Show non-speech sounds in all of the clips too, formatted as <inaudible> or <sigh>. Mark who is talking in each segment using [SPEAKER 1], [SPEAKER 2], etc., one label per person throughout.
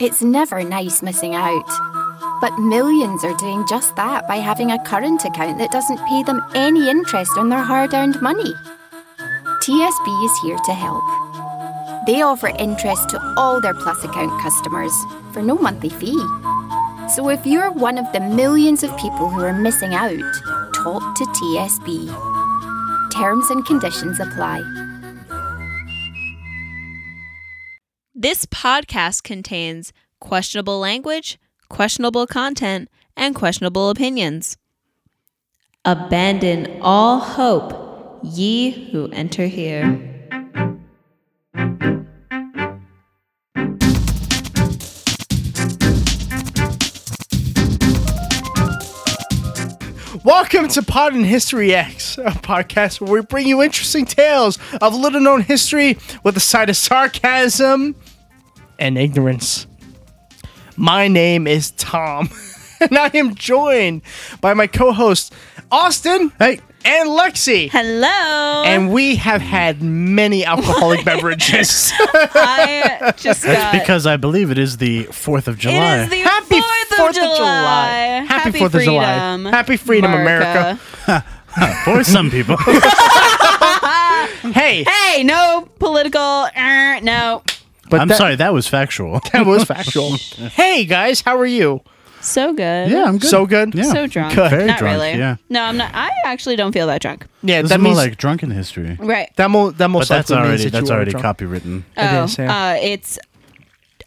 [SPEAKER 1] It's never nice missing out. But millions are doing just that by having a current account that doesn't pay them any interest on their hard earned money. TSB is here to help. They offer interest to all their Plus account customers for no monthly fee. So if you're one of the millions of people who are missing out, talk to TSB. Terms and conditions apply.
[SPEAKER 2] This podcast contains questionable language, questionable content, and questionable opinions. Abandon all hope, ye who enter here.
[SPEAKER 3] Welcome to Pod in History X, a podcast where we bring you interesting tales of little known history with a side of sarcasm and ignorance. My name is Tom, <laughs> and I am joined by my co hosts, Austin
[SPEAKER 4] Hey.
[SPEAKER 3] and Lexi.
[SPEAKER 2] Hello.
[SPEAKER 3] And we have had many alcoholic beverages.
[SPEAKER 2] I just got.
[SPEAKER 4] Because I believe it is the 4th of
[SPEAKER 2] it
[SPEAKER 4] July.
[SPEAKER 2] is the
[SPEAKER 3] Happy
[SPEAKER 2] 4th,
[SPEAKER 3] Fourth
[SPEAKER 2] of July.
[SPEAKER 3] of July. Happy Fourth of July. Happy freedom, America.
[SPEAKER 4] for
[SPEAKER 3] <laughs>
[SPEAKER 4] some people.
[SPEAKER 3] hey,
[SPEAKER 2] Hey, no political. er, no.
[SPEAKER 3] but
[SPEAKER 4] I'm
[SPEAKER 3] that-
[SPEAKER 4] sorry, that was factual.
[SPEAKER 3] <laughs> That was factual. hey guys, how are you?
[SPEAKER 2] So good.
[SPEAKER 4] <laughs> Yeah, I'm good.
[SPEAKER 3] So good?
[SPEAKER 4] Yeah.
[SPEAKER 2] So drunk.
[SPEAKER 3] Good.
[SPEAKER 4] Very
[SPEAKER 2] Not
[SPEAKER 4] drunk,
[SPEAKER 2] really.
[SPEAKER 4] yeah.
[SPEAKER 2] No, I'm not. I actually don't feel that drunk.
[SPEAKER 3] Yeah,
[SPEAKER 4] This
[SPEAKER 3] that
[SPEAKER 4] is more
[SPEAKER 3] means
[SPEAKER 4] like drunken history.
[SPEAKER 2] Right.
[SPEAKER 3] that, mo- that
[SPEAKER 4] But
[SPEAKER 3] most
[SPEAKER 4] that's
[SPEAKER 3] likely means
[SPEAKER 4] already
[SPEAKER 3] that
[SPEAKER 4] that's
[SPEAKER 3] you are
[SPEAKER 4] already
[SPEAKER 3] drunk.
[SPEAKER 4] copywritten.
[SPEAKER 2] Oh,
[SPEAKER 3] is, yeah.
[SPEAKER 2] uh, it's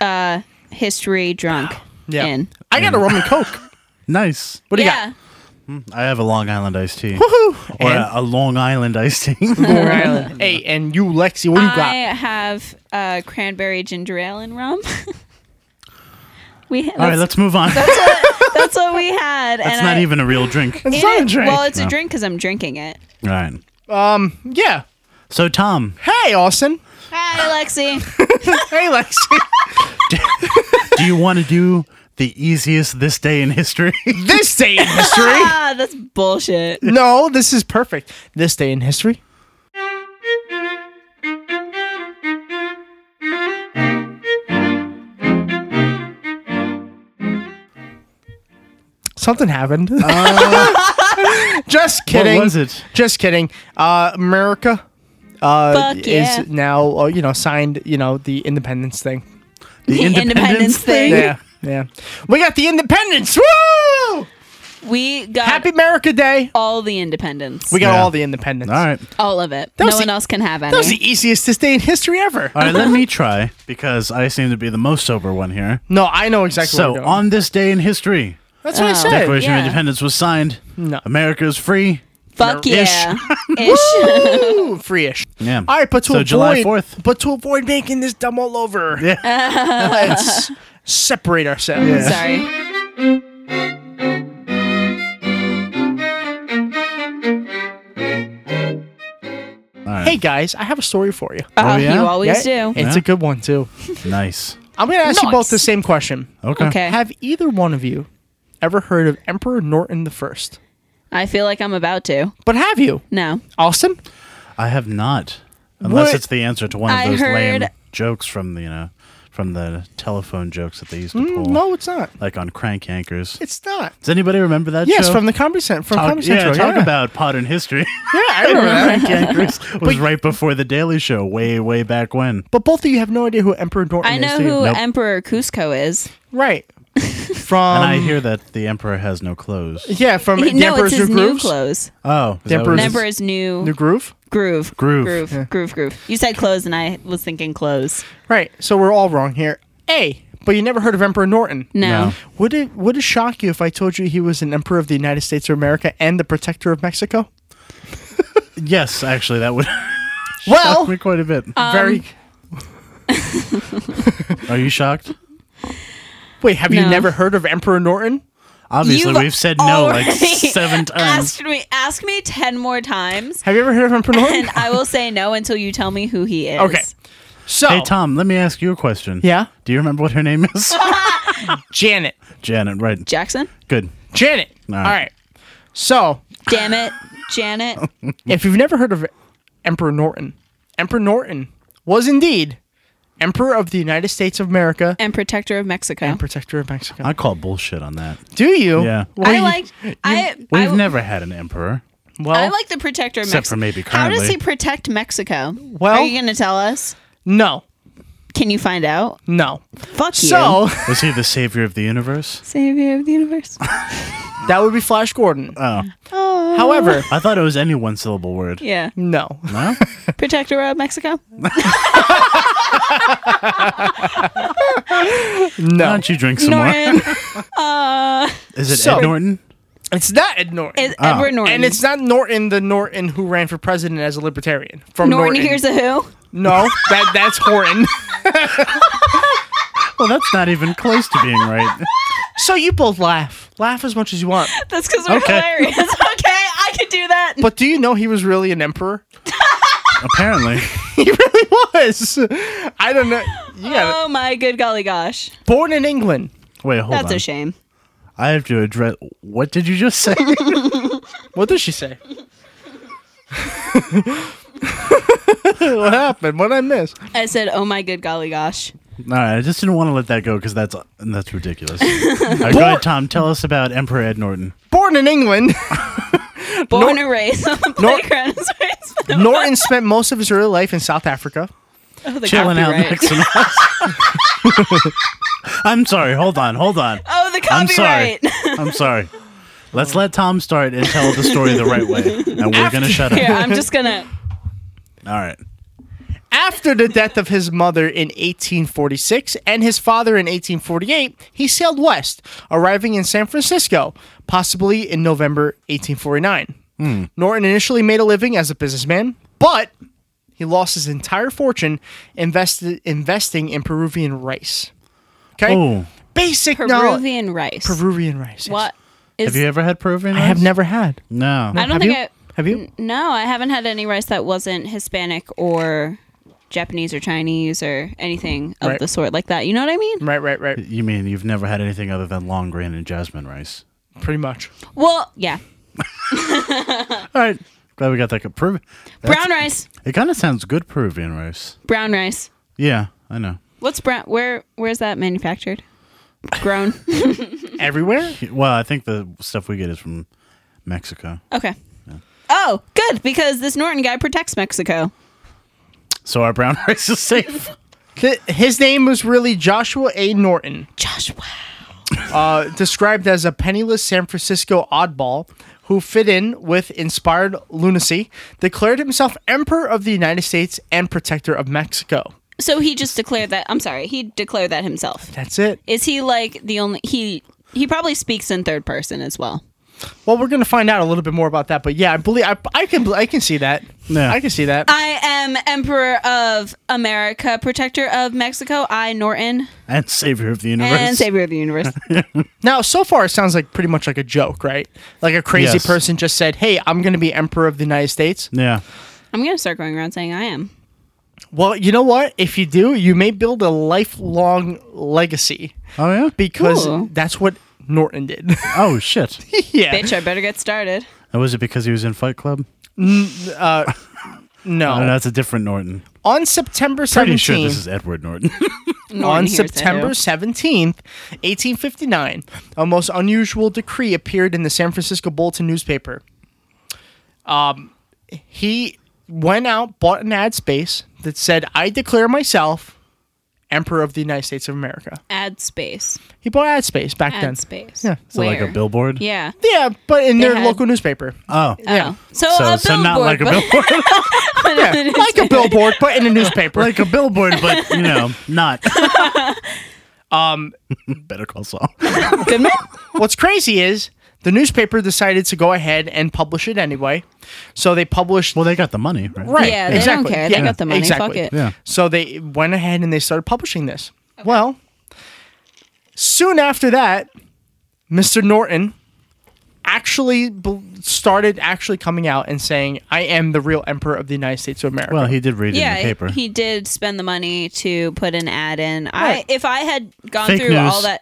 [SPEAKER 2] uh, history drunk.
[SPEAKER 3] <gasps> Yeah.
[SPEAKER 2] In.
[SPEAKER 3] I got a rum and coke.
[SPEAKER 4] Nice.
[SPEAKER 3] What do
[SPEAKER 2] yeah.
[SPEAKER 3] you
[SPEAKER 4] I have a Long Island iced tea.
[SPEAKER 3] got?
[SPEAKER 4] Or
[SPEAKER 3] And-
[SPEAKER 4] a, a Long Island
[SPEAKER 3] <laughs>
[SPEAKER 4] iced tea.
[SPEAKER 3] Long Island. hey, and you, Lexi, what do you
[SPEAKER 2] I
[SPEAKER 3] got?
[SPEAKER 2] have uh, cranberry ginger ale and rum. <laughs> we.
[SPEAKER 4] <laughs> All right,
[SPEAKER 2] that's,
[SPEAKER 4] let's move on. <laughs> That's,
[SPEAKER 2] what, <laughs> that's what we had. and
[SPEAKER 4] not
[SPEAKER 2] I-
[SPEAKER 4] even a
[SPEAKER 2] <laughs>
[SPEAKER 4] real drink. All
[SPEAKER 2] it-
[SPEAKER 3] not a drink.
[SPEAKER 2] Well, it's a
[SPEAKER 4] No.
[SPEAKER 2] drink because I'm drinking it.
[SPEAKER 4] right.
[SPEAKER 3] Yeah.
[SPEAKER 4] So Tom,
[SPEAKER 2] <laughs>
[SPEAKER 3] Hey, Austin.
[SPEAKER 2] Hi, Lexi.
[SPEAKER 3] Hey, Lexi.
[SPEAKER 4] do you want to do the easiest this day in history? <laughs>
[SPEAKER 3] this day in
[SPEAKER 2] <laughs>
[SPEAKER 3] history.
[SPEAKER 2] <laughs> ah, that's bullshit.
[SPEAKER 3] No, this is perfect. This day in history. Something happened. <laughs> Just kidding.
[SPEAKER 4] Uh, was it?
[SPEAKER 3] Just kidding. Uh, America uh,
[SPEAKER 2] Fuck yeah.
[SPEAKER 3] is now, uh, you know, signed, you know, the independence thing.
[SPEAKER 4] The
[SPEAKER 2] Independence thing.
[SPEAKER 3] Yeah, yeah. We got the independence. Woo!
[SPEAKER 2] We got
[SPEAKER 3] Happy America Day.
[SPEAKER 2] all the independence.
[SPEAKER 3] We got
[SPEAKER 4] Yeah.
[SPEAKER 3] all the independence.
[SPEAKER 4] All right.
[SPEAKER 2] all of it.
[SPEAKER 3] was
[SPEAKER 2] no
[SPEAKER 3] the-
[SPEAKER 2] one else can have any.
[SPEAKER 3] That was the easiest this day in history ever.
[SPEAKER 4] All right, let me try because I seem to be the most sober one here.
[SPEAKER 3] No, I know exactly. where we're
[SPEAKER 4] So,
[SPEAKER 3] going.
[SPEAKER 4] on this day in history,
[SPEAKER 3] that's what I said.
[SPEAKER 4] Oh, Declaration
[SPEAKER 2] yeah.
[SPEAKER 4] of Independence was signed.
[SPEAKER 3] No.
[SPEAKER 4] America is free.
[SPEAKER 2] Fuck
[SPEAKER 4] Ish.
[SPEAKER 2] yeah.
[SPEAKER 3] <laughs>
[SPEAKER 2] Ish.
[SPEAKER 3] Ooh, free-ish.
[SPEAKER 4] Yeah.
[SPEAKER 3] All right, but to
[SPEAKER 4] So
[SPEAKER 3] avoid,
[SPEAKER 4] July 4th.
[SPEAKER 3] but to avoid making this dumb all over,
[SPEAKER 4] Yeah.
[SPEAKER 3] let's separate ourselves.
[SPEAKER 2] Sorry.
[SPEAKER 3] Hey guys, I have a story for you.
[SPEAKER 2] Oh,
[SPEAKER 4] Oh, yeah?
[SPEAKER 2] you always
[SPEAKER 3] Yeah?
[SPEAKER 2] do.
[SPEAKER 3] It's
[SPEAKER 4] Yeah.
[SPEAKER 3] a good one too.
[SPEAKER 4] Nice.
[SPEAKER 3] I'm gonna ask you both
[SPEAKER 2] Nice.
[SPEAKER 3] the same question.
[SPEAKER 4] Okay.
[SPEAKER 2] Okay.
[SPEAKER 3] Have either one of you ever heard of Emperor Norton the First?
[SPEAKER 2] I feel like I'm about to.
[SPEAKER 3] But have you,
[SPEAKER 2] No.
[SPEAKER 3] Austin?
[SPEAKER 4] I have not, unless
[SPEAKER 3] What?
[SPEAKER 4] it's the answer to one
[SPEAKER 2] I
[SPEAKER 4] of those lame
[SPEAKER 2] heard-
[SPEAKER 4] jokes from the you know from the telephone jokes that they used to
[SPEAKER 3] Mm,
[SPEAKER 4] pull,
[SPEAKER 3] No, it's not.
[SPEAKER 4] like on crank anchors.
[SPEAKER 3] It's not.
[SPEAKER 4] Does anybody remember that?
[SPEAKER 3] Yes,
[SPEAKER 4] show?
[SPEAKER 3] from the Comedy Center. From
[SPEAKER 4] talk,
[SPEAKER 3] Comedy
[SPEAKER 4] yeah,
[SPEAKER 3] Central.
[SPEAKER 4] talk
[SPEAKER 3] yeah.
[SPEAKER 4] about modern history.
[SPEAKER 3] <laughs> Yeah, I remember that.
[SPEAKER 4] <laughs>
[SPEAKER 3] <laughs>
[SPEAKER 4] crank anchors was right before the Daily Show, way way back when.
[SPEAKER 3] But both of you have no idea who Emperor Norton
[SPEAKER 2] I
[SPEAKER 3] is.
[SPEAKER 2] know
[SPEAKER 3] do you?
[SPEAKER 2] who
[SPEAKER 4] Nope.
[SPEAKER 2] Emperor Cusco is.
[SPEAKER 4] <laughs>
[SPEAKER 3] Right. From
[SPEAKER 4] And I hear that the emperor has no clothes.
[SPEAKER 3] yeah,
[SPEAKER 4] <laughs>
[SPEAKER 3] from
[SPEAKER 2] He, <laughs>
[SPEAKER 3] the
[SPEAKER 2] no, it's
[SPEAKER 3] Emperor's
[SPEAKER 2] his
[SPEAKER 3] New
[SPEAKER 2] new
[SPEAKER 3] Grooves.
[SPEAKER 2] clothes.
[SPEAKER 4] Oh, is
[SPEAKER 3] The
[SPEAKER 4] that
[SPEAKER 3] emperor's-
[SPEAKER 4] what it
[SPEAKER 3] This-
[SPEAKER 4] is?
[SPEAKER 2] Emperor's new
[SPEAKER 3] New Groove.
[SPEAKER 2] groove.
[SPEAKER 4] Groove.
[SPEAKER 2] Groove. Groove. Groove. You said clothes, and I was thinking clothes.
[SPEAKER 3] Right. So we're all wrong here. A. But you never heard of Emperor Norton.
[SPEAKER 2] No.
[SPEAKER 4] No.
[SPEAKER 3] Would it would it shock you if I told you he was an emperor of the United States of America and the protector of Mexico?
[SPEAKER 4] Yes, actually, that would <laughs>
[SPEAKER 3] Well,
[SPEAKER 4] me Um, quite a bit.
[SPEAKER 3] very.
[SPEAKER 4] Are you shocked?
[SPEAKER 3] Wait, have
[SPEAKER 2] No.
[SPEAKER 3] you never heard of Emperor Norton?
[SPEAKER 4] Obviously,
[SPEAKER 2] You've
[SPEAKER 4] we've said no like
[SPEAKER 2] already
[SPEAKER 4] <laughs> seven times.
[SPEAKER 2] <laughs> Asked me, ask me 10 more times,
[SPEAKER 3] Have you ever heard of
[SPEAKER 4] <laughs>
[SPEAKER 3] Emperor Norton?
[SPEAKER 2] and I will say no until you tell me who he is.
[SPEAKER 3] Okay. So
[SPEAKER 4] Hey, Tom, let me ask you a question.
[SPEAKER 3] Yeah?
[SPEAKER 4] Do you remember what her name
[SPEAKER 2] <laughs>
[SPEAKER 4] is?
[SPEAKER 3] Janet,
[SPEAKER 4] Janet, right.
[SPEAKER 2] Jackson?
[SPEAKER 4] Good.
[SPEAKER 3] Janet.
[SPEAKER 4] All
[SPEAKER 3] All
[SPEAKER 4] right.
[SPEAKER 3] right. So
[SPEAKER 2] Damn it.
[SPEAKER 4] <laughs>
[SPEAKER 2] Janet.
[SPEAKER 3] if you've never heard of Emperor Norton, Emperor Norton was indeed Emperor of the United States of America
[SPEAKER 2] and protector of Mexico.
[SPEAKER 3] and Protector of Mexico.
[SPEAKER 4] I call bullshit on that.
[SPEAKER 3] Uh, Do you?
[SPEAKER 4] Yeah.
[SPEAKER 3] Well,
[SPEAKER 2] I
[SPEAKER 3] you-
[SPEAKER 2] like I
[SPEAKER 4] We've
[SPEAKER 2] I,
[SPEAKER 4] never had an emperor.
[SPEAKER 3] Well,
[SPEAKER 2] I like the protector of
[SPEAKER 4] Except
[SPEAKER 2] Mexico.
[SPEAKER 4] for maybe
[SPEAKER 2] How does
[SPEAKER 4] currently.
[SPEAKER 2] he protect Mexico?
[SPEAKER 3] Well-
[SPEAKER 2] are you going to tell us?
[SPEAKER 3] no,
[SPEAKER 2] Can you find out?
[SPEAKER 3] no.
[SPEAKER 2] Fuck you.
[SPEAKER 3] So
[SPEAKER 4] Was he the savior of the universe?
[SPEAKER 2] savior of the universe.
[SPEAKER 3] <laughs>
[SPEAKER 2] <laughs>
[SPEAKER 3] that would be Flash Gordon.
[SPEAKER 4] Oh.
[SPEAKER 2] Oh. <laughs>
[SPEAKER 3] However,
[SPEAKER 4] I thought it was any one syllable word.
[SPEAKER 2] Yeah.
[SPEAKER 3] no.
[SPEAKER 4] No?
[SPEAKER 2] Protector of Mexico.
[SPEAKER 4] Why
[SPEAKER 3] No,
[SPEAKER 4] don't you drink some more? <laughs>
[SPEAKER 2] Norton. Uh,
[SPEAKER 4] Is it
[SPEAKER 3] So-
[SPEAKER 4] Ed Norton?
[SPEAKER 3] it's not Ed Norton,
[SPEAKER 4] Oh.
[SPEAKER 2] Is Edward Norton.
[SPEAKER 3] and it's not Norton, the Norton who ran for president as a libertarian from
[SPEAKER 2] Norton, hears a who. <laughs>
[SPEAKER 3] no, that that's Horton.
[SPEAKER 4] Well, that's not even close to being right.
[SPEAKER 3] so you both laugh, laugh as much as you want.
[SPEAKER 2] That's because we're
[SPEAKER 4] Okay.
[SPEAKER 2] hilarious. <laughs> okay, I could do that.
[SPEAKER 3] But do you know he was really an emperor?
[SPEAKER 4] Apparently.
[SPEAKER 3] He <laughs> really was. I don't know. You got
[SPEAKER 2] oh my good golly gosh.
[SPEAKER 3] it. Born in England.
[SPEAKER 4] Wait, hold
[SPEAKER 2] That's
[SPEAKER 4] on.
[SPEAKER 2] a shame.
[SPEAKER 4] I have to address. What did you
[SPEAKER 2] <laughs>
[SPEAKER 4] just say?
[SPEAKER 3] What does she say? what happened? What did I miss?
[SPEAKER 2] I said, oh my good golly gosh.
[SPEAKER 4] All right, I just didn't want to let that go because that's
[SPEAKER 2] <laughs>
[SPEAKER 4] that's ridiculous. All right, go ahead, Tom. Tell us about Emperor Ed Norton.
[SPEAKER 3] Born in England,
[SPEAKER 2] Born and raised on the
[SPEAKER 3] Nor-
[SPEAKER 2] playground. is where it's-
[SPEAKER 3] Norton spent most of his early life in South Africa.
[SPEAKER 2] <laughs> oh, the
[SPEAKER 4] Chilling out
[SPEAKER 2] copyright.
[SPEAKER 4] next to us. <laughs> I'm sorry. Hold on. Hold on.
[SPEAKER 2] Oh, the
[SPEAKER 4] I'm sorry.
[SPEAKER 2] copyright.
[SPEAKER 4] <laughs> I'm sorry. Let's let Tom start and tell the story the right way, and we're gonna shut up.
[SPEAKER 2] Here, I'm just
[SPEAKER 4] <laughs>
[SPEAKER 2] gonna.
[SPEAKER 4] All right.
[SPEAKER 3] After the death of his mother in 1846 and his father in 1848, he sailed west, arriving in San Francisco, possibly in November 1849. Norton initially made a living as a businessman, but he lost his entire fortune invested investing in Peruvian rice. Okay?
[SPEAKER 4] Oh,
[SPEAKER 3] Basic knowledge.
[SPEAKER 2] Peruvian rice.
[SPEAKER 3] Peruvian rice. yes.
[SPEAKER 2] What is?
[SPEAKER 4] have you ever had Peruvian?
[SPEAKER 3] I have
[SPEAKER 4] rice?
[SPEAKER 3] never had.
[SPEAKER 4] No.
[SPEAKER 2] I don't
[SPEAKER 3] Have
[SPEAKER 2] think
[SPEAKER 3] you?
[SPEAKER 2] I.
[SPEAKER 3] Have you?
[SPEAKER 2] No, I haven't had any rice that wasn't Hispanic or Japanese or Chinese or anything of
[SPEAKER 3] Right.
[SPEAKER 2] the sort like that. You know what I mean?
[SPEAKER 3] Right, right, right.
[SPEAKER 4] You mean you've never had anything other than long grain and jasmine rice?
[SPEAKER 3] Pretty much.
[SPEAKER 2] Well, yeah.
[SPEAKER 4] All right. Glad we got that. good- Peru-
[SPEAKER 2] Brown rice.
[SPEAKER 4] It kind of sounds good, Peruvian rice.
[SPEAKER 2] Brown rice.
[SPEAKER 4] Yeah, I know.
[SPEAKER 2] What's brown? Where Where's that manufactured? Grown.
[SPEAKER 3] Everywhere?
[SPEAKER 4] Well, I think the stuff we get is from Mexico.
[SPEAKER 2] okay. Oh, good because this Norton guy protects Mexico.
[SPEAKER 4] So our brown <laughs> rice is safe.
[SPEAKER 3] Th- his name was really Joshua A. Norton.
[SPEAKER 2] Joshua.
[SPEAKER 3] uh, described as a penniless San Francisco oddball who fit in with inspired lunacy, declared himself Emperor of the United States and Protector of Mexico.
[SPEAKER 2] So he just declared that. I'm sorry. He declared that himself.
[SPEAKER 3] That's it.
[SPEAKER 2] Is he like the only he? He probably speaks in third person as well.
[SPEAKER 3] Well, we're gonna find out a little bit more about that, but yeah, I believe I, I can I can see that.
[SPEAKER 4] Yeah.
[SPEAKER 3] I can see that.
[SPEAKER 2] I am Emperor of America, Protector of Mexico. I Norton
[SPEAKER 4] and savior of the universe.
[SPEAKER 2] and Savior of the Universe.
[SPEAKER 3] now, so far, it sounds like pretty much like a joke, right? Like a crazy
[SPEAKER 4] Yes.
[SPEAKER 3] person just said, "Hey, I'm gonna be Emperor of the United States."
[SPEAKER 4] Yeah.
[SPEAKER 2] <laughs> I'm gonna start going around saying I am.
[SPEAKER 3] Well, you know what? If you do, you may build a lifelong legacy
[SPEAKER 4] Oh yeah.
[SPEAKER 3] because
[SPEAKER 2] Cool.
[SPEAKER 3] that's what Norton did. <laughs>
[SPEAKER 4] oh shit. <laughs>
[SPEAKER 3] yeah.
[SPEAKER 2] Bitch, I better get started.
[SPEAKER 4] And was it because he was in Fight Club?
[SPEAKER 3] No.
[SPEAKER 4] Oh, no, that's a different Norton.
[SPEAKER 3] On September 17th,
[SPEAKER 4] Pretty sure this is Edward Norton. <laughs>
[SPEAKER 2] Norton
[SPEAKER 3] on
[SPEAKER 2] hears it.
[SPEAKER 3] September 17th, 1859, a most unusual decree appeared in the San Francisco Bulletin newspaper. Um, he went out, bought an ad space that said, "I declare myself Emperor of the United States of America."
[SPEAKER 2] Ad space.
[SPEAKER 3] He bought ad space back then.
[SPEAKER 2] Ad space.
[SPEAKER 3] Yeah.
[SPEAKER 4] So like a
[SPEAKER 2] Where?
[SPEAKER 4] billboard.
[SPEAKER 2] Yeah.
[SPEAKER 3] Yeah, but in their
[SPEAKER 2] had- <laughs>
[SPEAKER 3] local newspaper.
[SPEAKER 4] Oh.
[SPEAKER 2] Yeah. So, a
[SPEAKER 4] So
[SPEAKER 2] billboard.
[SPEAKER 4] so not like a
[SPEAKER 2] Uh, but- <laughs>
[SPEAKER 4] billboard.
[SPEAKER 3] Yeah, like a billboard, but in a newspaper.
[SPEAKER 4] like a billboard, but you know
[SPEAKER 2] <laughs>
[SPEAKER 4] not. um. <laughs> Better call Saul.
[SPEAKER 3] <laughs>
[SPEAKER 2] Good mo-
[SPEAKER 3] What's crazy is the newspaper decided to go ahead and publish it anyway. So they published
[SPEAKER 4] Well, they got the money, right?
[SPEAKER 3] Right.
[SPEAKER 2] Yeah, they don't
[SPEAKER 3] exactly.
[SPEAKER 2] care. They got the money. Fuck
[SPEAKER 3] exactly.
[SPEAKER 2] it.
[SPEAKER 4] Yeah.
[SPEAKER 3] So they went ahead and they started publishing this. Well, soon after that, Mr. Norton actually b- started actually coming out and saying, "I am the real emperor of the United States of America."
[SPEAKER 4] Well, he did read it
[SPEAKER 2] yeah.
[SPEAKER 4] in the paper.
[SPEAKER 2] He did spend the money to put an ad in. I
[SPEAKER 3] Right.
[SPEAKER 2] if I had gone
[SPEAKER 4] Fake
[SPEAKER 2] through
[SPEAKER 4] news.
[SPEAKER 2] all
[SPEAKER 4] <laughs>
[SPEAKER 2] that.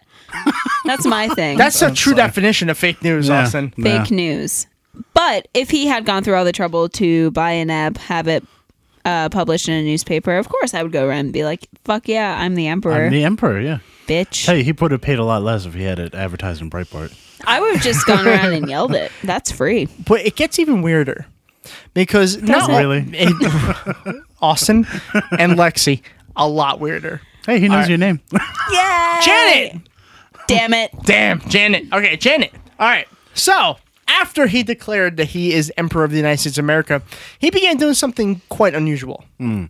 [SPEAKER 2] That's my thing.
[SPEAKER 3] That's a true definition of fake news,
[SPEAKER 4] Yeah.
[SPEAKER 3] Austin.
[SPEAKER 4] Yeah.
[SPEAKER 2] fake news. But if he had gone through all the trouble to buy an app, have it uh, published in a newspaper, of course I would go around and be like, "Fuck yeah, I'm the emperor,
[SPEAKER 4] I'm the emperor, yeah.
[SPEAKER 2] bitch."
[SPEAKER 4] Hey, he would have paid a lot less if he had it advertised in Breitbart.
[SPEAKER 2] I would have just gone around and yelled it. That's free.
[SPEAKER 3] But it gets even weirder because not
[SPEAKER 4] it? Really?
[SPEAKER 3] <laughs> Austin and Lexi a lot weirder.
[SPEAKER 4] Hey, he knows your name.
[SPEAKER 2] Yeah.
[SPEAKER 3] Janet,
[SPEAKER 2] Damn it.
[SPEAKER 3] damn Janet. Okay, Janet. All right. So after he declared that he is emperor of the United States of America, he began doing something quite unusual.
[SPEAKER 4] Hmm.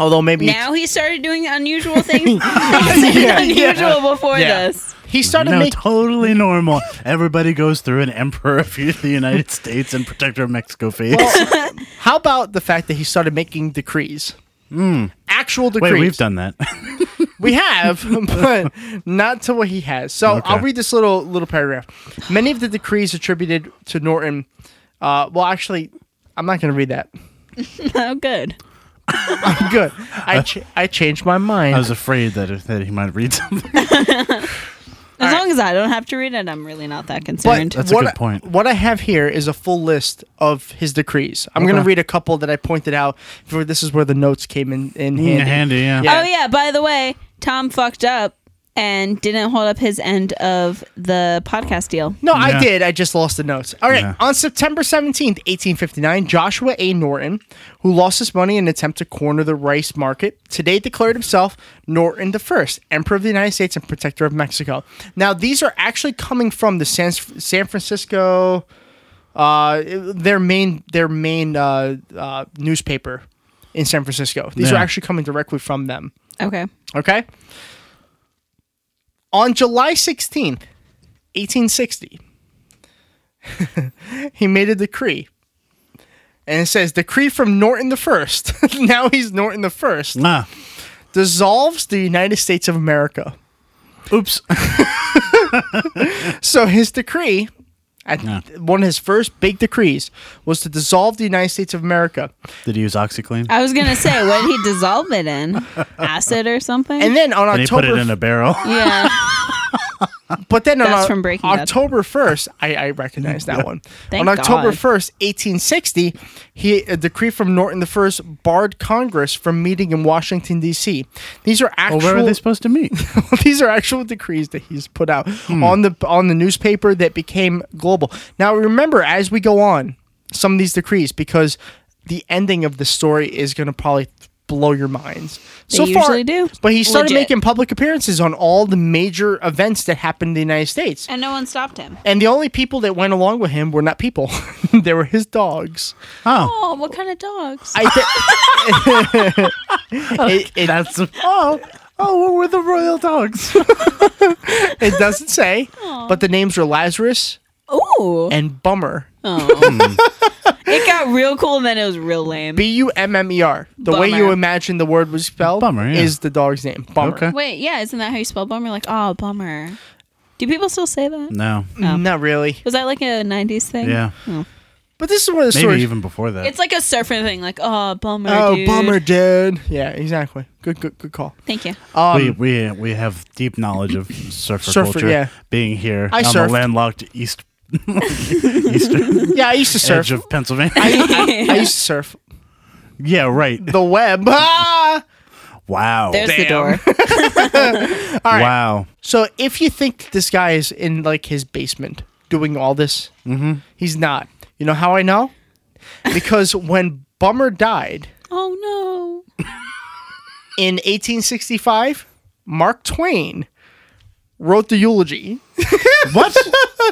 [SPEAKER 3] Although maybe it's-
[SPEAKER 2] Now he started doing unusual
[SPEAKER 3] <laughs>
[SPEAKER 2] things. He said
[SPEAKER 3] Yeah,
[SPEAKER 2] unusual
[SPEAKER 3] yeah.
[SPEAKER 2] before
[SPEAKER 3] Yeah.
[SPEAKER 2] this.
[SPEAKER 3] he started
[SPEAKER 4] no,
[SPEAKER 3] making.
[SPEAKER 4] totally normal. Everybody goes through an emperor <laughs> of the United States and protector of Mexico phase.
[SPEAKER 3] <laughs> How about the fact that he started making decrees? Actual decrees.
[SPEAKER 4] Hmm. Wait, we've done that.
[SPEAKER 3] We
[SPEAKER 4] <laughs>
[SPEAKER 3] have, <laughs> but not to what he has. So I'll
[SPEAKER 4] Okay.
[SPEAKER 3] read this little little paragraph. Many of the decrees attributed to Norton. Uh, well, actually, I'm not going to read that. <laughs>
[SPEAKER 2] Oh, good.
[SPEAKER 3] Good.
[SPEAKER 4] <laughs>
[SPEAKER 3] I ch- I changed my mind.
[SPEAKER 4] I was afraid that that he might read something.
[SPEAKER 2] As
[SPEAKER 3] All right.
[SPEAKER 2] long as I don't have to read it, I'm really not that concerned.
[SPEAKER 4] That's a
[SPEAKER 3] what
[SPEAKER 4] good
[SPEAKER 3] I-
[SPEAKER 4] point.
[SPEAKER 3] what I have here is a full list of his decrees. I'm going to
[SPEAKER 4] Okay.
[SPEAKER 3] read a couple that I pointed out. For this is where the notes came in in handy.
[SPEAKER 4] In Mm, handy, yeah.
[SPEAKER 3] Yeah.
[SPEAKER 2] Oh yeah, by the way, Tom fucked up and didn't hold up his end of the podcast deal.
[SPEAKER 3] No, I
[SPEAKER 4] Yeah.
[SPEAKER 3] did. I just lost the notes. All right.
[SPEAKER 4] Yeah.
[SPEAKER 3] On September 17th, 1859, Joshua A. Norton, who lost his money in an attempt to corner the rice market, today declared himself Norton I, Emperor of the United States and Protector of Mexico. Now, these are actually coming from the San, San Francisco, uh, their main, their main uh, uh, newspaper in San Francisco. These are
[SPEAKER 4] Yeah.
[SPEAKER 3] actually coming directly from them.
[SPEAKER 2] Okay.
[SPEAKER 3] Okay. On July 16th, 1860, <laughs> he made a decree. And it says, decree from Norton the First. <laughs> now he's Norton the First.
[SPEAKER 4] Ah,
[SPEAKER 3] Dissolves the United States of America.
[SPEAKER 4] oops.
[SPEAKER 3] So his decree, at
[SPEAKER 4] Yeah.
[SPEAKER 3] one of his first big decrees, was to dissolve the United States of America.
[SPEAKER 4] Did he use OxyClean?
[SPEAKER 3] Uh,
[SPEAKER 2] I was gonna say, what did he dissolve it
[SPEAKER 3] <laughs>
[SPEAKER 2] in? Acid or something?
[SPEAKER 3] And then on
[SPEAKER 4] and he put
[SPEAKER 3] October,
[SPEAKER 4] it in
[SPEAKER 3] <laughs>
[SPEAKER 4] a barrel. <laughs>
[SPEAKER 2] yeah.
[SPEAKER 3] But then on
[SPEAKER 2] That's
[SPEAKER 3] Oc-
[SPEAKER 2] from Breaking Bad.
[SPEAKER 3] October first, I, I recognize that one.
[SPEAKER 2] Thank
[SPEAKER 3] on October
[SPEAKER 2] God.
[SPEAKER 3] first, eighteen sixty, he a decree from Norton the First barred Congress from meeting in Washington D.C. These are
[SPEAKER 4] Well,
[SPEAKER 3] actual
[SPEAKER 4] Oh, where are they supposed to meet?
[SPEAKER 3] <laughs> these are actual decrees that he's put out
[SPEAKER 4] Hmm.
[SPEAKER 3] on the on the newspaper that became global. Now remember, as we go on, some of these decrees because the ending of the story is going to probably blow your minds.
[SPEAKER 2] They usually do.
[SPEAKER 3] But he started
[SPEAKER 2] Legit.
[SPEAKER 3] making public appearances on all the major events that happened in the United States.
[SPEAKER 2] <laughs> And no one stopped him.
[SPEAKER 3] And the only people that went along with him were not people; <laughs> they were his dogs.
[SPEAKER 4] Oh,
[SPEAKER 2] Oh, what kind of dogs?
[SPEAKER 3] I thi- it, it,
[SPEAKER 4] that's oh oh. What were the royal dogs?
[SPEAKER 3] <laughs>
[SPEAKER 4] <laughs>
[SPEAKER 3] it doesn't say, but the names were Lazarus
[SPEAKER 2] Ooh. Oh.
[SPEAKER 3] and Bummer.
[SPEAKER 2] It got real cool and then it was real lame.
[SPEAKER 3] B U M M E R. The way you
[SPEAKER 2] Bummer.
[SPEAKER 3] imagine the word was spelled
[SPEAKER 4] Bummer, yeah.
[SPEAKER 3] is the dog's name. Bummer.
[SPEAKER 4] Okay.
[SPEAKER 2] Wait, yeah, isn't that how you spell bummer? Like, oh, bummer. Do people still say that?
[SPEAKER 4] No.
[SPEAKER 2] Oh.
[SPEAKER 3] Not really.
[SPEAKER 2] Was that like a 90s thing?
[SPEAKER 4] Yeah.
[SPEAKER 3] Mm. But this is one of the
[SPEAKER 4] Maybe
[SPEAKER 3] stories.
[SPEAKER 4] even before that.
[SPEAKER 2] It's like a surfer thing, like, oh, bummer.
[SPEAKER 3] oh,
[SPEAKER 2] dude.
[SPEAKER 3] Bummer Oh, dead. Yeah, exactly. Good, good, good call.
[SPEAKER 2] Thank you.
[SPEAKER 4] we, we we have deep knowledge of surfer,
[SPEAKER 3] um, Surfer,
[SPEAKER 4] culture.
[SPEAKER 3] yeah.
[SPEAKER 4] Being here
[SPEAKER 3] I
[SPEAKER 4] on
[SPEAKER 3] surfed.
[SPEAKER 4] the landlocked
[SPEAKER 3] <laughs>
[SPEAKER 4] east <laughs> eastern
[SPEAKER 3] Yeah, I used to surf.
[SPEAKER 4] edge of Pennsylvania.
[SPEAKER 3] <laughs> I, I used to surf
[SPEAKER 4] yeah, right.
[SPEAKER 3] the web. <laughs> Ah!
[SPEAKER 4] Wow.
[SPEAKER 2] There's the door.
[SPEAKER 3] Damn. <laughs>
[SPEAKER 4] Wow.
[SPEAKER 3] So if you think this guy is in like his basement doing all this,
[SPEAKER 4] Mm-hmm.
[SPEAKER 3] he's not. You know how I know? Because <laughs> when Bummer died
[SPEAKER 2] Oh, no.
[SPEAKER 3] in 1865, Mark Twain wrote the eulogy.
[SPEAKER 4] What?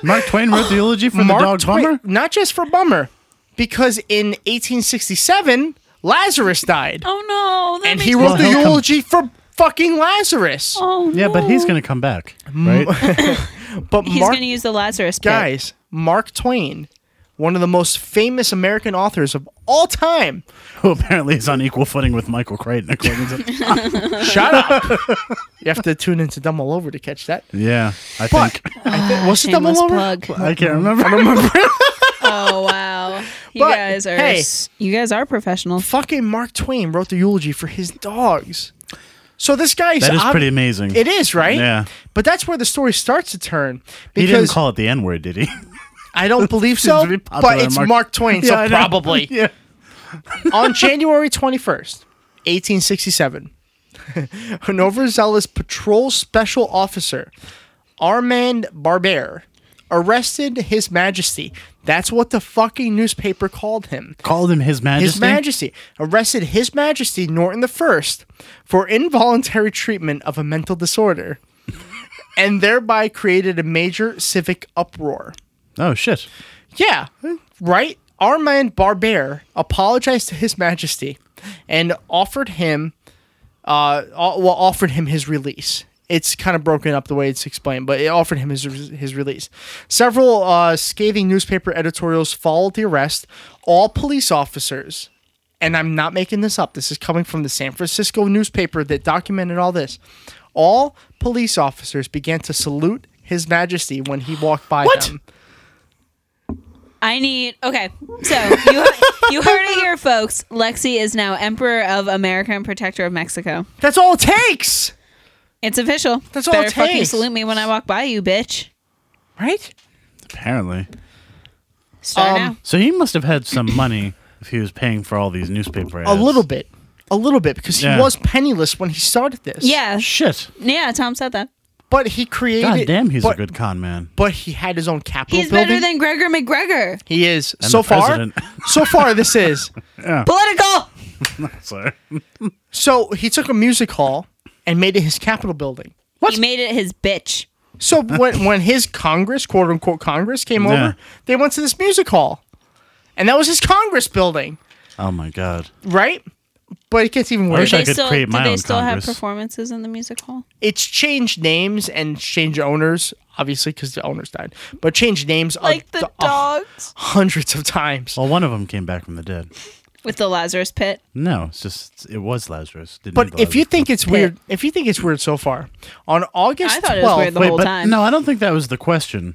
[SPEAKER 4] Mark Twain wrote the eulogy for the dog
[SPEAKER 3] Twain-
[SPEAKER 4] Bummer?
[SPEAKER 3] Not just for Bummer, because in 1867, Lazarus died.
[SPEAKER 2] Oh, no. That
[SPEAKER 3] and
[SPEAKER 2] makes
[SPEAKER 3] he
[SPEAKER 2] me-
[SPEAKER 3] wrote the
[SPEAKER 4] Well, he'll come-
[SPEAKER 3] eulogy for fucking Lazarus.
[SPEAKER 2] Oh,
[SPEAKER 4] Yeah, but he's
[SPEAKER 2] no.
[SPEAKER 4] gonna come back,
[SPEAKER 3] Mm.
[SPEAKER 4] right?
[SPEAKER 3] <laughs> But
[SPEAKER 2] He's
[SPEAKER 3] Mark,
[SPEAKER 2] going to use the Lazarus pit.
[SPEAKER 3] guys, Mark Twain, one of the most famous American authors of all time.
[SPEAKER 4] Who apparently is on equal footing with Michael Crichton.
[SPEAKER 3] <laughs>
[SPEAKER 4] according to-
[SPEAKER 3] Shut up.
[SPEAKER 4] <laughs>
[SPEAKER 3] you have to tune into Dumb All Over to catch that.
[SPEAKER 4] yeah, I
[SPEAKER 3] But
[SPEAKER 4] think
[SPEAKER 3] I think, was it Dumb
[SPEAKER 2] Shameless
[SPEAKER 3] All Over?
[SPEAKER 2] plug.
[SPEAKER 4] I can't remember. I <laughs> remember.
[SPEAKER 2] Oh, <laughs> wow. You
[SPEAKER 3] But,
[SPEAKER 2] guys are
[SPEAKER 3] hey.
[SPEAKER 2] s- you guys are professionals.
[SPEAKER 3] Fucking Mark Twain wrote the eulogy for his dogs. So this guy's
[SPEAKER 4] That is
[SPEAKER 3] ob-
[SPEAKER 4] pretty amazing.
[SPEAKER 3] It is, right?
[SPEAKER 4] Yeah.
[SPEAKER 3] But that's where the story starts to turn.
[SPEAKER 4] he
[SPEAKER 3] Because
[SPEAKER 4] didn't call it the N word, did he? <laughs>
[SPEAKER 3] I don't believe
[SPEAKER 4] Seems
[SPEAKER 3] so.
[SPEAKER 4] to be popular
[SPEAKER 3] But it's
[SPEAKER 4] among-
[SPEAKER 3] Mark Twain,
[SPEAKER 4] <laughs> Yeah, I
[SPEAKER 3] so
[SPEAKER 4] know.
[SPEAKER 3] probably.
[SPEAKER 4] yeah.
[SPEAKER 3] On <laughs> January 21st, 1867, <laughs> an overzealous patrol special officer, Armand Barber, arrested His Majesty. That's what the fucking newspaper called him.
[SPEAKER 4] Called him His Majesty.
[SPEAKER 3] His Majesty arrested His Majesty Norton I for involuntary treatment of a mental disorder and thereby created a major civic uproar.
[SPEAKER 4] Oh shit!
[SPEAKER 3] Yeah, right? Armand Barber apologized to His Majesty and offered him uh o- well offered him his release. It's kind of broken up the way it's explained, but it offered him his his release. Several uh, scathing newspaper editorials followed the arrest. All police officers, and I'm not making this up. This is coming from the San Francisco newspaper that documented all this. All police officers began to salute His Majesty when he walked by
[SPEAKER 4] What?
[SPEAKER 3] them.
[SPEAKER 2] I need. Okay, so you <laughs> you heard it here, folks. Lexi is now Emperor of America and Protector of Mexico.
[SPEAKER 3] That's all it takes,
[SPEAKER 2] It's official.
[SPEAKER 3] That's all
[SPEAKER 2] Better
[SPEAKER 3] it
[SPEAKER 2] fucking
[SPEAKER 3] takes.
[SPEAKER 2] salute me when I walk by you, bitch.
[SPEAKER 3] right?
[SPEAKER 4] Apparently,
[SPEAKER 2] Start now.
[SPEAKER 4] so he must have had some money if he was paying for all these newspaper ads.
[SPEAKER 3] A little bit, a little bit, because
[SPEAKER 4] Yeah.
[SPEAKER 3] he was penniless when he started this.
[SPEAKER 2] Yeah,
[SPEAKER 4] Shit!
[SPEAKER 2] yeah. Tom said that.
[SPEAKER 3] but he created.
[SPEAKER 4] God damn, he's
[SPEAKER 3] but,
[SPEAKER 4] a good con man.
[SPEAKER 3] But he had his own capital
[SPEAKER 2] He's
[SPEAKER 3] building.
[SPEAKER 2] better than Gregor McGregor.
[SPEAKER 3] he is
[SPEAKER 4] And
[SPEAKER 3] so
[SPEAKER 4] the
[SPEAKER 3] far.
[SPEAKER 4] president.
[SPEAKER 3] <laughs> so far, this is.
[SPEAKER 4] Oh.
[SPEAKER 2] Political.
[SPEAKER 4] Sorry.
[SPEAKER 3] So he took a music hall and made it his capital building.
[SPEAKER 2] He made it his bitch.
[SPEAKER 3] So
[SPEAKER 4] <laughs>
[SPEAKER 3] when when his Congress, quote unquote Congress, came
[SPEAKER 4] Yeah.
[SPEAKER 3] over, they went to this music hall, and that was his Congress building,
[SPEAKER 4] Oh my god.
[SPEAKER 3] right? But it gets even
[SPEAKER 4] I
[SPEAKER 3] worse.
[SPEAKER 4] wish I
[SPEAKER 2] They
[SPEAKER 4] could
[SPEAKER 2] still,
[SPEAKER 4] create my
[SPEAKER 2] did they
[SPEAKER 4] own
[SPEAKER 2] still
[SPEAKER 4] Congress.
[SPEAKER 2] have performances in the music hall?
[SPEAKER 3] It's changed names and changed owners, obviously, because the owners died. But changed names a-
[SPEAKER 2] Like the
[SPEAKER 3] a-
[SPEAKER 4] oh.
[SPEAKER 2] dogs
[SPEAKER 3] hundreds of times.
[SPEAKER 4] Well, one of them came back from the dead.
[SPEAKER 2] with the Lazarus pit.
[SPEAKER 4] No, it's just it was Lazarus. Didn't need
[SPEAKER 3] But
[SPEAKER 4] the
[SPEAKER 3] if you
[SPEAKER 4] Lazarus.
[SPEAKER 3] think it's weird, if you think it's weird so far, on August
[SPEAKER 2] I thought it was weird
[SPEAKER 3] 12th,
[SPEAKER 2] the whole time.
[SPEAKER 4] no, I don't think that was the question.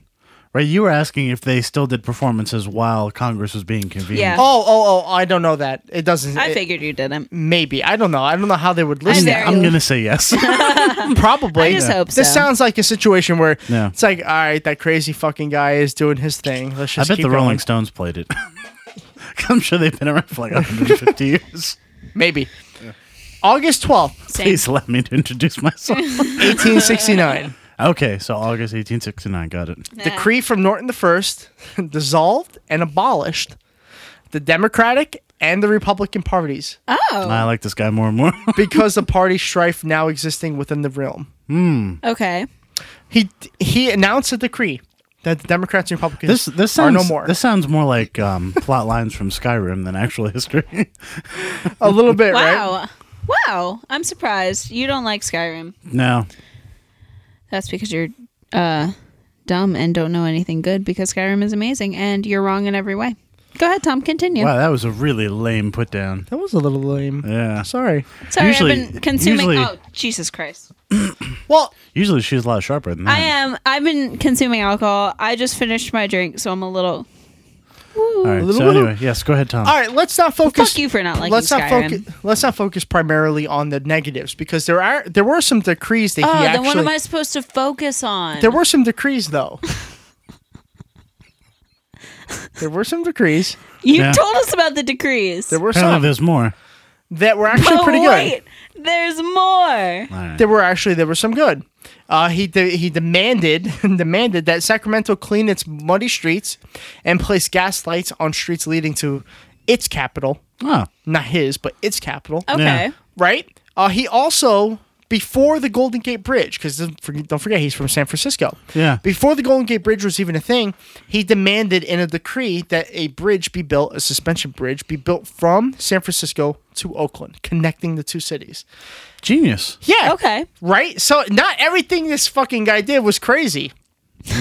[SPEAKER 4] Right? You were asking if they still did performances while Congress was being convened.
[SPEAKER 2] Yeah.
[SPEAKER 3] Oh, oh, oh! I don't know that. It doesn't.
[SPEAKER 2] I
[SPEAKER 3] it-
[SPEAKER 2] figured you didn't.
[SPEAKER 3] maybe. I don't know. I don't know how they would
[SPEAKER 2] I
[SPEAKER 3] listen.
[SPEAKER 2] very-
[SPEAKER 4] I'm gonna
[SPEAKER 3] <laughs>
[SPEAKER 4] say yes.
[SPEAKER 3] Probably.
[SPEAKER 2] I just hope
[SPEAKER 3] This
[SPEAKER 2] so.
[SPEAKER 3] sounds like a situation where
[SPEAKER 4] Yeah.
[SPEAKER 3] it's like, all right, that crazy fucking guy is doing his thing. Let's
[SPEAKER 4] I
[SPEAKER 3] just.
[SPEAKER 4] bet the
[SPEAKER 3] keep
[SPEAKER 4] Rolling
[SPEAKER 3] going.
[SPEAKER 4] Stones played it. <laughs> I'm sure they've been around for
[SPEAKER 3] <laughs>
[SPEAKER 4] like 150 years.
[SPEAKER 3] Maybe. August twelfth,
[SPEAKER 2] Same.
[SPEAKER 4] Please let me introduce myself.
[SPEAKER 3] <laughs> eighteen sixty nine.
[SPEAKER 2] <laughs>
[SPEAKER 4] okay, so August 1869, got it.
[SPEAKER 3] Decree from Norton I <laughs> dissolved and abolished the Democratic and the Republican parties
[SPEAKER 2] Oh,
[SPEAKER 4] I like this guy more and
[SPEAKER 3] <laughs>
[SPEAKER 4] more.
[SPEAKER 3] because of party strife now existing within the realm.
[SPEAKER 2] okay.
[SPEAKER 3] He he announced a decree that the Democrats and Republicans
[SPEAKER 4] this this
[SPEAKER 3] are
[SPEAKER 4] sounds
[SPEAKER 3] no more.
[SPEAKER 4] This sounds more like um, plot lines from Skyrim than actual history. <laughs>
[SPEAKER 3] a little bit, right?
[SPEAKER 2] Wow. Wow. I'm surprised you don't like Skyrim.
[SPEAKER 4] no,
[SPEAKER 2] That's because you're uh, dumb and don't know anything good because Skyrim is amazing and you're wrong in every way. Go ahead, Tom. Continue.
[SPEAKER 4] wow, that was a really lame put down.
[SPEAKER 3] That was a little lame.
[SPEAKER 4] Yeah.
[SPEAKER 3] Sorry.
[SPEAKER 2] Sorry,
[SPEAKER 4] usually-
[SPEAKER 2] I've been consuming.
[SPEAKER 4] usually-
[SPEAKER 2] oh, Jesus Christ.
[SPEAKER 3] Well,
[SPEAKER 4] Usually she's a lot sharper than that.
[SPEAKER 2] I am. I've been consuming alcohol. I just finished my drink, so I'm a little.
[SPEAKER 4] All right. So anyway, yes, go ahead, Tom.
[SPEAKER 3] all right, let's not focus.
[SPEAKER 2] fuck you for not liking
[SPEAKER 3] let's not
[SPEAKER 2] Skyrim.
[SPEAKER 3] focus. Let's not focus primarily on the negatives because there are there were some decrees that
[SPEAKER 2] Oh,
[SPEAKER 3] he
[SPEAKER 2] then
[SPEAKER 3] actually.
[SPEAKER 2] what am I supposed to focus on?
[SPEAKER 3] there were some decrees
[SPEAKER 2] <laughs>
[SPEAKER 3] though. there were some decrees.
[SPEAKER 2] you
[SPEAKER 4] Yeah.
[SPEAKER 2] told us about the decrees.
[SPEAKER 3] There were
[SPEAKER 4] Apparently,
[SPEAKER 3] some
[SPEAKER 4] there's more.
[SPEAKER 3] that were actually
[SPEAKER 2] oh,
[SPEAKER 3] pretty good.
[SPEAKER 2] wait, there's more.
[SPEAKER 4] All right.
[SPEAKER 3] There were actually there were some good. Uh, he de- he demanded <laughs> demanded that Sacramento clean its muddy streets and place gas lights on streets leading to its capital,
[SPEAKER 4] Oh,
[SPEAKER 3] not his, but its capital.
[SPEAKER 2] Okay.
[SPEAKER 4] Yeah.
[SPEAKER 3] right? Uh, he also before the Golden Gate Bridge, because don't forget, don't forget he's from San Francisco.
[SPEAKER 4] Yeah.
[SPEAKER 3] Before the Golden Gate Bridge was even a thing, he demanded in a decree that a bridge be built, a suspension bridge be built from San Francisco to Oakland, connecting the two cities.
[SPEAKER 4] genius.
[SPEAKER 3] Yeah.
[SPEAKER 2] Okay.
[SPEAKER 3] Right. So not everything this fucking guy did was crazy.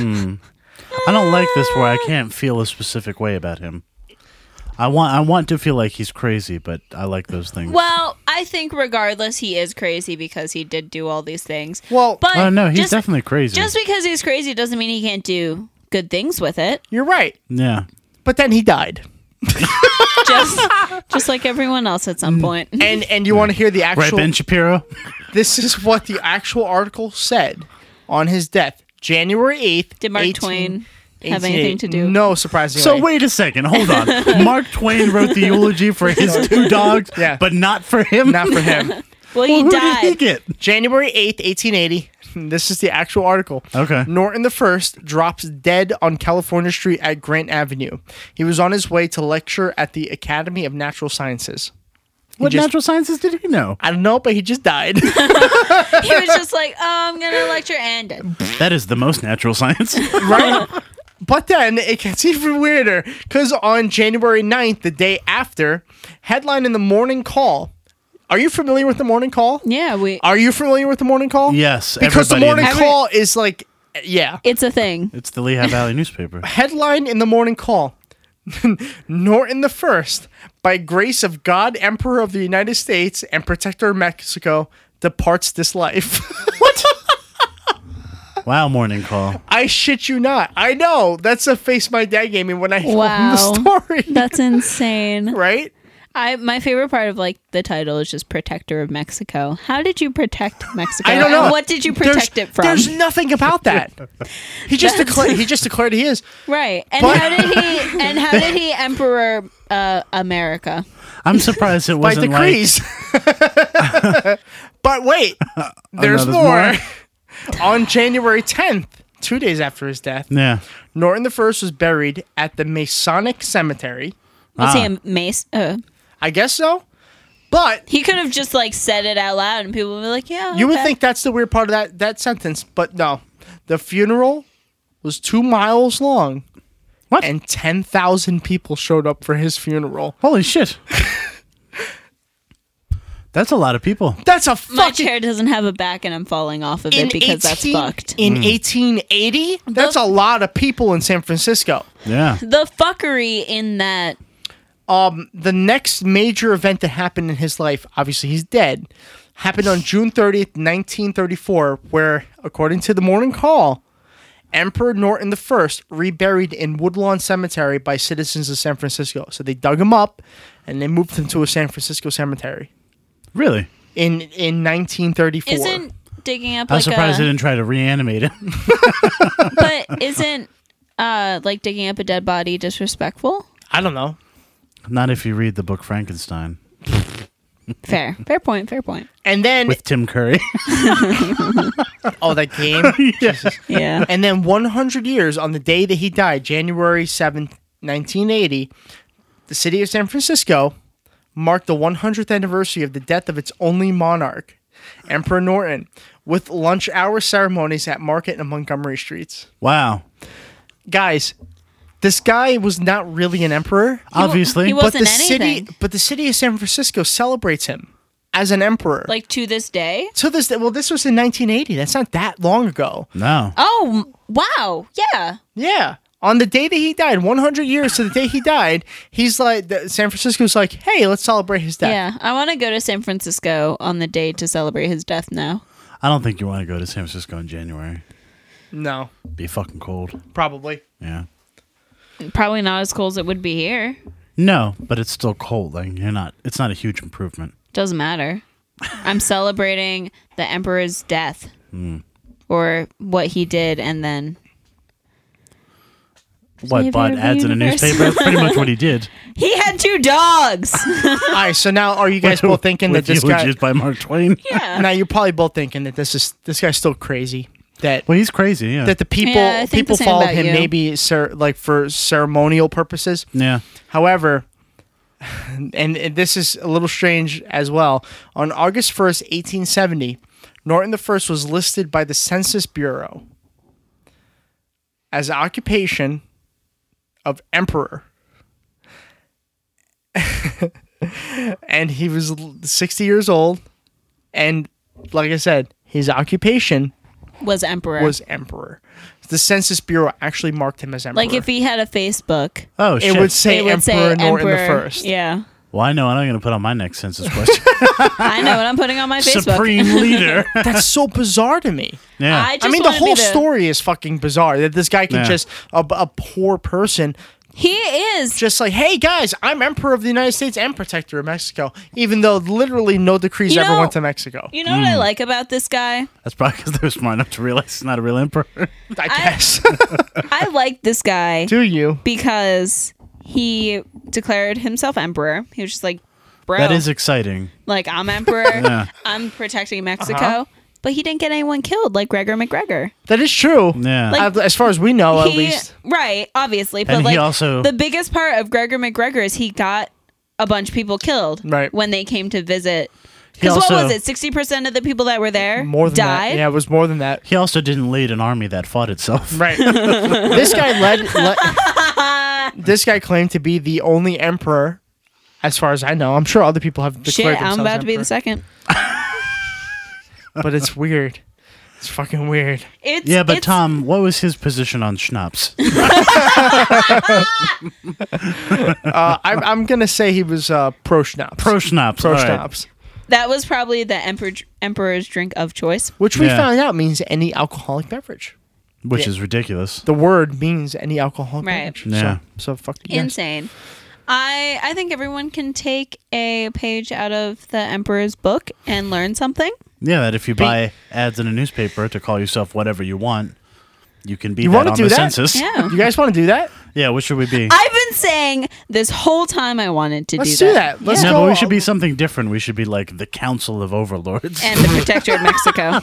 [SPEAKER 4] I don't like this where I can't feel a specific way about him. I want I want to feel like he's crazy, but I like those things.
[SPEAKER 2] Well, I think regardless, he is crazy because he did do all these things.
[SPEAKER 3] Well,
[SPEAKER 2] but
[SPEAKER 4] oh no, he's
[SPEAKER 2] just,
[SPEAKER 4] definitely crazy.
[SPEAKER 2] just because he's crazy doesn't mean he can't do good things with it.
[SPEAKER 3] You're right.
[SPEAKER 4] yeah.
[SPEAKER 3] But then he died.
[SPEAKER 4] <laughs>
[SPEAKER 2] Just, just like everyone else at some point.
[SPEAKER 3] And and you want to hear the
[SPEAKER 4] Right,
[SPEAKER 3] actual
[SPEAKER 4] Ben Shapiro?
[SPEAKER 3] This is what the actual article said on his death. January 8th.
[SPEAKER 2] Did Mark
[SPEAKER 3] 18
[SPEAKER 2] Twain have anything to do.
[SPEAKER 3] No, surprisingly.
[SPEAKER 4] So wait a second, hold on. Mark Twain wrote the eulogy for his two dogs,
[SPEAKER 3] Yeah.
[SPEAKER 4] but not for him.
[SPEAKER 3] not for him.
[SPEAKER 4] <laughs>
[SPEAKER 2] Well,
[SPEAKER 4] Well,
[SPEAKER 2] you <laughs>
[SPEAKER 4] who did he
[SPEAKER 2] died.
[SPEAKER 4] get?
[SPEAKER 3] January 8th, 1880. <laughs> This is the actual article.
[SPEAKER 4] Okay.
[SPEAKER 3] Norton the First drops dead on California Street at Grant Avenue. He was on his way to lecture at the Academy of Natural Sciences.
[SPEAKER 4] What
[SPEAKER 3] just-
[SPEAKER 4] natural sciences did he know?
[SPEAKER 3] I don't know, but he just died. <laughs>
[SPEAKER 2] he was just like, oh, I'm gonna lecture and dead.
[SPEAKER 4] That is the most natural <laughs> science.
[SPEAKER 2] <laughs>
[SPEAKER 3] right? But then it gets even weirder because on January 9th, the day after, headline in the morning call. Are you familiar with the morning call?
[SPEAKER 2] Yeah, we.
[SPEAKER 3] Are you familiar with the morning call?
[SPEAKER 4] Yes,
[SPEAKER 3] Because the
[SPEAKER 4] everybody in
[SPEAKER 3] morning
[SPEAKER 4] this-
[SPEAKER 3] call is like, yeah.
[SPEAKER 2] It's a thing.
[SPEAKER 4] it's the Lehigh Valley newspaper.
[SPEAKER 3] Headline in the morning call <laughs> Norton the First, by grace of God, Emperor of the United States and Protector of Mexico, departs this life. <laughs> what?
[SPEAKER 4] Wow, morning call.
[SPEAKER 3] I shit you not. I know. That's a face my dad gave me when I told
[SPEAKER 2] Wow.
[SPEAKER 3] him the story. <laughs>
[SPEAKER 2] That's insane.
[SPEAKER 3] right?
[SPEAKER 2] I my favorite part of like the title is just protector of Mexico. How did you protect Mexico?
[SPEAKER 3] I don't know.
[SPEAKER 2] And what did you protect
[SPEAKER 3] There's-
[SPEAKER 2] it from?
[SPEAKER 3] There's nothing
[SPEAKER 4] <laughs>
[SPEAKER 3] about that. He just declared. He just declared he is.
[SPEAKER 2] Right. And
[SPEAKER 3] But-
[SPEAKER 2] how did
[SPEAKER 3] <laughs>
[SPEAKER 2] he and how did he emperor uh, America?
[SPEAKER 4] I'm surprised it
[SPEAKER 3] by
[SPEAKER 4] wasn't like
[SPEAKER 3] degrees. <laughs> but
[SPEAKER 4] <laughs>
[SPEAKER 3] wait, there's
[SPEAKER 4] Oh, there's
[SPEAKER 3] more.
[SPEAKER 4] more.
[SPEAKER 3] <laughs> On January 10th, two days after his death,
[SPEAKER 4] yeah.
[SPEAKER 3] Norton the First was buried at the Masonic Cemetery.
[SPEAKER 2] Was he
[SPEAKER 3] Ah.
[SPEAKER 2] a mace? Uh,
[SPEAKER 3] I guess so. But
[SPEAKER 2] he could have just like said it out loud and people would be like, yeah.
[SPEAKER 3] you would
[SPEAKER 2] okay.
[SPEAKER 3] think that's the weird part of that that sentence. But no, the funeral was two miles long.
[SPEAKER 4] What?
[SPEAKER 3] And ten thousand people showed up for his funeral.
[SPEAKER 4] Holy shit. That's a lot of people.
[SPEAKER 3] That's a
[SPEAKER 2] my
[SPEAKER 3] fucking
[SPEAKER 2] chair doesn't have a back and I'm falling off of it because that's
[SPEAKER 3] 18
[SPEAKER 2] fucked.
[SPEAKER 3] In 1880, that's a lot of people in San Francisco.
[SPEAKER 4] Yeah.
[SPEAKER 2] The fuckery in that
[SPEAKER 3] The next major event that happened in his life, obviously he's dead, happened on June 30th, 1934, where, according to the Morning Call, Emperor Norton I reburied in Woodlawn Cemetery by citizens of San Francisco. So they dug him up and they moved him to a San Francisco cemetery
[SPEAKER 4] Really.
[SPEAKER 3] in in 1934.
[SPEAKER 2] isn't digging up
[SPEAKER 4] I
[SPEAKER 2] like
[SPEAKER 4] was surprised
[SPEAKER 2] a
[SPEAKER 4] they didn't try to reanimate it.
[SPEAKER 2] <laughs> but isn't uh like digging up a dead body disrespectful?
[SPEAKER 3] I don't know.
[SPEAKER 4] <laughs> Not if you read the book Frankenstein
[SPEAKER 2] Fair. Fair point, fair point.
[SPEAKER 3] And then
[SPEAKER 4] with Tim Curry. <laughs>
[SPEAKER 3] oh that <laughs> game. Jesus.
[SPEAKER 2] Yeah.
[SPEAKER 3] And then 100 years on the day that he died, January 7th, 1980, the city of San Francisco marked the 100th anniversary of the death of its only monarch, Emperor Norton, with lunch hour ceremonies at Market and Montgomery Streets.
[SPEAKER 4] wow.
[SPEAKER 3] Guys, this guy was not really an emperor,
[SPEAKER 4] Obviously.
[SPEAKER 2] he
[SPEAKER 3] but
[SPEAKER 2] wasn't
[SPEAKER 3] the
[SPEAKER 2] anything.
[SPEAKER 3] city but the city of San Francisco celebrates him as an emperor.
[SPEAKER 2] <laughs> like to this day?
[SPEAKER 3] to this day, well, this was in 1980. That's not that long ago.
[SPEAKER 4] no.
[SPEAKER 2] Oh, m- wow. Yeah.
[SPEAKER 3] Yeah. On the day that he died, 100 years to the day he died, he's like, the, San Francisco's like, hey, let's celebrate his death.
[SPEAKER 2] Yeah, I want to go to San Francisco on the day to celebrate his death now.
[SPEAKER 4] I don't think you want to go to San Francisco in January.
[SPEAKER 3] No,
[SPEAKER 4] Be fucking cold.
[SPEAKER 3] probably.
[SPEAKER 4] Yeah.
[SPEAKER 2] Probably not as cold as it would be here.
[SPEAKER 4] No, but it's still cold. Like you're not. It's not a huge improvement.
[SPEAKER 2] Doesn't
[SPEAKER 3] <laughs>
[SPEAKER 2] matter. I'm celebrating the emperor's death
[SPEAKER 3] Hmm.
[SPEAKER 2] or what he did and then
[SPEAKER 4] What?
[SPEAKER 2] Savior
[SPEAKER 4] But
[SPEAKER 2] of the
[SPEAKER 4] ads in a
[SPEAKER 2] universe.
[SPEAKER 4] newspaper. That's pretty much what
[SPEAKER 2] <laughs>
[SPEAKER 4] he did.
[SPEAKER 2] he had two dogs.
[SPEAKER 3] <laughs> All right, so now are you guys both thinking that
[SPEAKER 4] With
[SPEAKER 3] this guy.
[SPEAKER 4] eulogies by
[SPEAKER 3] <laughs>
[SPEAKER 4] Mark Twain.
[SPEAKER 3] Now you're probably both thinking that this is this guy's still crazy. That
[SPEAKER 4] Well, he's crazy. Yeah.
[SPEAKER 3] that the people
[SPEAKER 2] Yeah, I think
[SPEAKER 3] people
[SPEAKER 2] the same
[SPEAKER 3] followed
[SPEAKER 2] about
[SPEAKER 3] him
[SPEAKER 2] you.
[SPEAKER 3] maybe cer- like for ceremonial purposes.
[SPEAKER 4] yeah.
[SPEAKER 3] However, <laughs> and, and this is a little strange as well. On August 1st, 1870, Norton the First was listed by the Census Bureau as occupation of emperor. <laughs> and he was l- 60 years old and like I said, his occupation
[SPEAKER 2] <laughs> Was emperor.
[SPEAKER 3] was emperor. The Census Bureau actually marked him as emperor.
[SPEAKER 2] like if he had a Facebook,
[SPEAKER 4] Oh
[SPEAKER 3] it
[SPEAKER 4] shit.
[SPEAKER 3] would say
[SPEAKER 2] it would
[SPEAKER 3] Emperor
[SPEAKER 2] say
[SPEAKER 3] Norton
[SPEAKER 2] emperor.
[SPEAKER 3] the First.
[SPEAKER 2] Yeah.
[SPEAKER 3] <laughs>
[SPEAKER 4] well, I know. what I'm going to put on my next census question.
[SPEAKER 2] I know what I'm putting on my Facebook.
[SPEAKER 4] Supreme
[SPEAKER 3] <laughs>
[SPEAKER 4] leader.
[SPEAKER 3] That's so bizarre to me.
[SPEAKER 4] Yeah.
[SPEAKER 2] I just
[SPEAKER 3] I mean, the
[SPEAKER 2] wanna be
[SPEAKER 3] whole story is fucking bizarre. That this guy can
[SPEAKER 4] Yeah.
[SPEAKER 3] just a, a poor person
[SPEAKER 2] He is.
[SPEAKER 3] Just like, hey guys, I'm Emperor of the United States and Protector of Mexico, even though literally no decrees
[SPEAKER 2] You
[SPEAKER 3] ever
[SPEAKER 2] know-
[SPEAKER 3] went to Mexico.
[SPEAKER 2] You know what I like about this guy?
[SPEAKER 4] That's probably because they're smart enough to realize he's not a
[SPEAKER 3] <laughs>
[SPEAKER 4] real emperor.
[SPEAKER 2] <laughs>
[SPEAKER 3] I guess. <laughs>
[SPEAKER 2] I like this guy
[SPEAKER 3] Do you?
[SPEAKER 2] because he declared himself emperor. He was just like, bro,
[SPEAKER 3] Oh.
[SPEAKER 4] That is exciting.
[SPEAKER 2] like
[SPEAKER 4] <laughs>
[SPEAKER 2] I'm emperor. I'm protecting Mexico.
[SPEAKER 3] Uh-huh.
[SPEAKER 2] But he didn't get anyone killed like Gregor McGregor.
[SPEAKER 3] That is true.
[SPEAKER 4] Yeah.
[SPEAKER 2] Like,
[SPEAKER 3] Uh, as far as we know, at
[SPEAKER 2] he,
[SPEAKER 3] least.
[SPEAKER 2] Right, obviously. But
[SPEAKER 4] And he
[SPEAKER 2] like
[SPEAKER 4] also-
[SPEAKER 2] the biggest part of Gregor McGregor is he got a bunch of people killed
[SPEAKER 3] Right.
[SPEAKER 2] when they came to visit.
[SPEAKER 4] He
[SPEAKER 2] Because what
[SPEAKER 4] also-
[SPEAKER 2] was it? Sixty percent of the people that were there
[SPEAKER 3] More than
[SPEAKER 2] died.
[SPEAKER 3] that. Yeah, it was more
[SPEAKER 2] <laughs>
[SPEAKER 3] than that.
[SPEAKER 4] He also didn't lead an army that fought itself.
[SPEAKER 3] Right. this guy led.
[SPEAKER 2] <laughs>
[SPEAKER 3] le- this guy claimed to be the only emperor, as far as I know. I'm sure other people have declared
[SPEAKER 2] Shit, I'm
[SPEAKER 3] themselves
[SPEAKER 2] about to be the
[SPEAKER 3] emperor,
[SPEAKER 2] second.
[SPEAKER 3] But it's weird. It's fucking weird.
[SPEAKER 2] It's
[SPEAKER 4] Yeah, but
[SPEAKER 2] it's-
[SPEAKER 4] Tom, what was his position on schnapps?
[SPEAKER 3] <laughs> Uh, I'm, I'm gonna say he was uh, pro schnapps.
[SPEAKER 4] Pro schnapps.
[SPEAKER 3] pro
[SPEAKER 4] all right.
[SPEAKER 3] schnapps,
[SPEAKER 2] that was probably the emperor emperor's drink of choice.
[SPEAKER 3] which we
[SPEAKER 4] Yeah.
[SPEAKER 3] found out means any alcoholic beverage.
[SPEAKER 4] Which
[SPEAKER 3] Yeah.
[SPEAKER 4] is ridiculous.
[SPEAKER 3] The word means any alcoholic
[SPEAKER 2] Right.
[SPEAKER 3] beverage.
[SPEAKER 4] Yeah.
[SPEAKER 3] So, so fuck you. guys.
[SPEAKER 2] Insane. I I think everyone can take a page out of the emperor's book and learn something.
[SPEAKER 4] Yeah, that if you buy ads in a newspaper to call yourself whatever you want, you can be
[SPEAKER 3] You
[SPEAKER 4] that
[SPEAKER 3] wanna
[SPEAKER 4] on
[SPEAKER 3] do
[SPEAKER 4] the
[SPEAKER 3] that?
[SPEAKER 4] census.
[SPEAKER 2] Yeah.
[SPEAKER 3] You guys want to do that?
[SPEAKER 4] Yeah, what should we be?
[SPEAKER 2] I've been saying this whole time I wanted to
[SPEAKER 3] Let's
[SPEAKER 2] do
[SPEAKER 3] do
[SPEAKER 2] that.
[SPEAKER 3] that. Let's
[SPEAKER 4] no,
[SPEAKER 3] go.
[SPEAKER 4] but we should be something different. We should be like the Council of Overlords.
[SPEAKER 2] And the protector of
[SPEAKER 3] <laughs>
[SPEAKER 2] Mexico.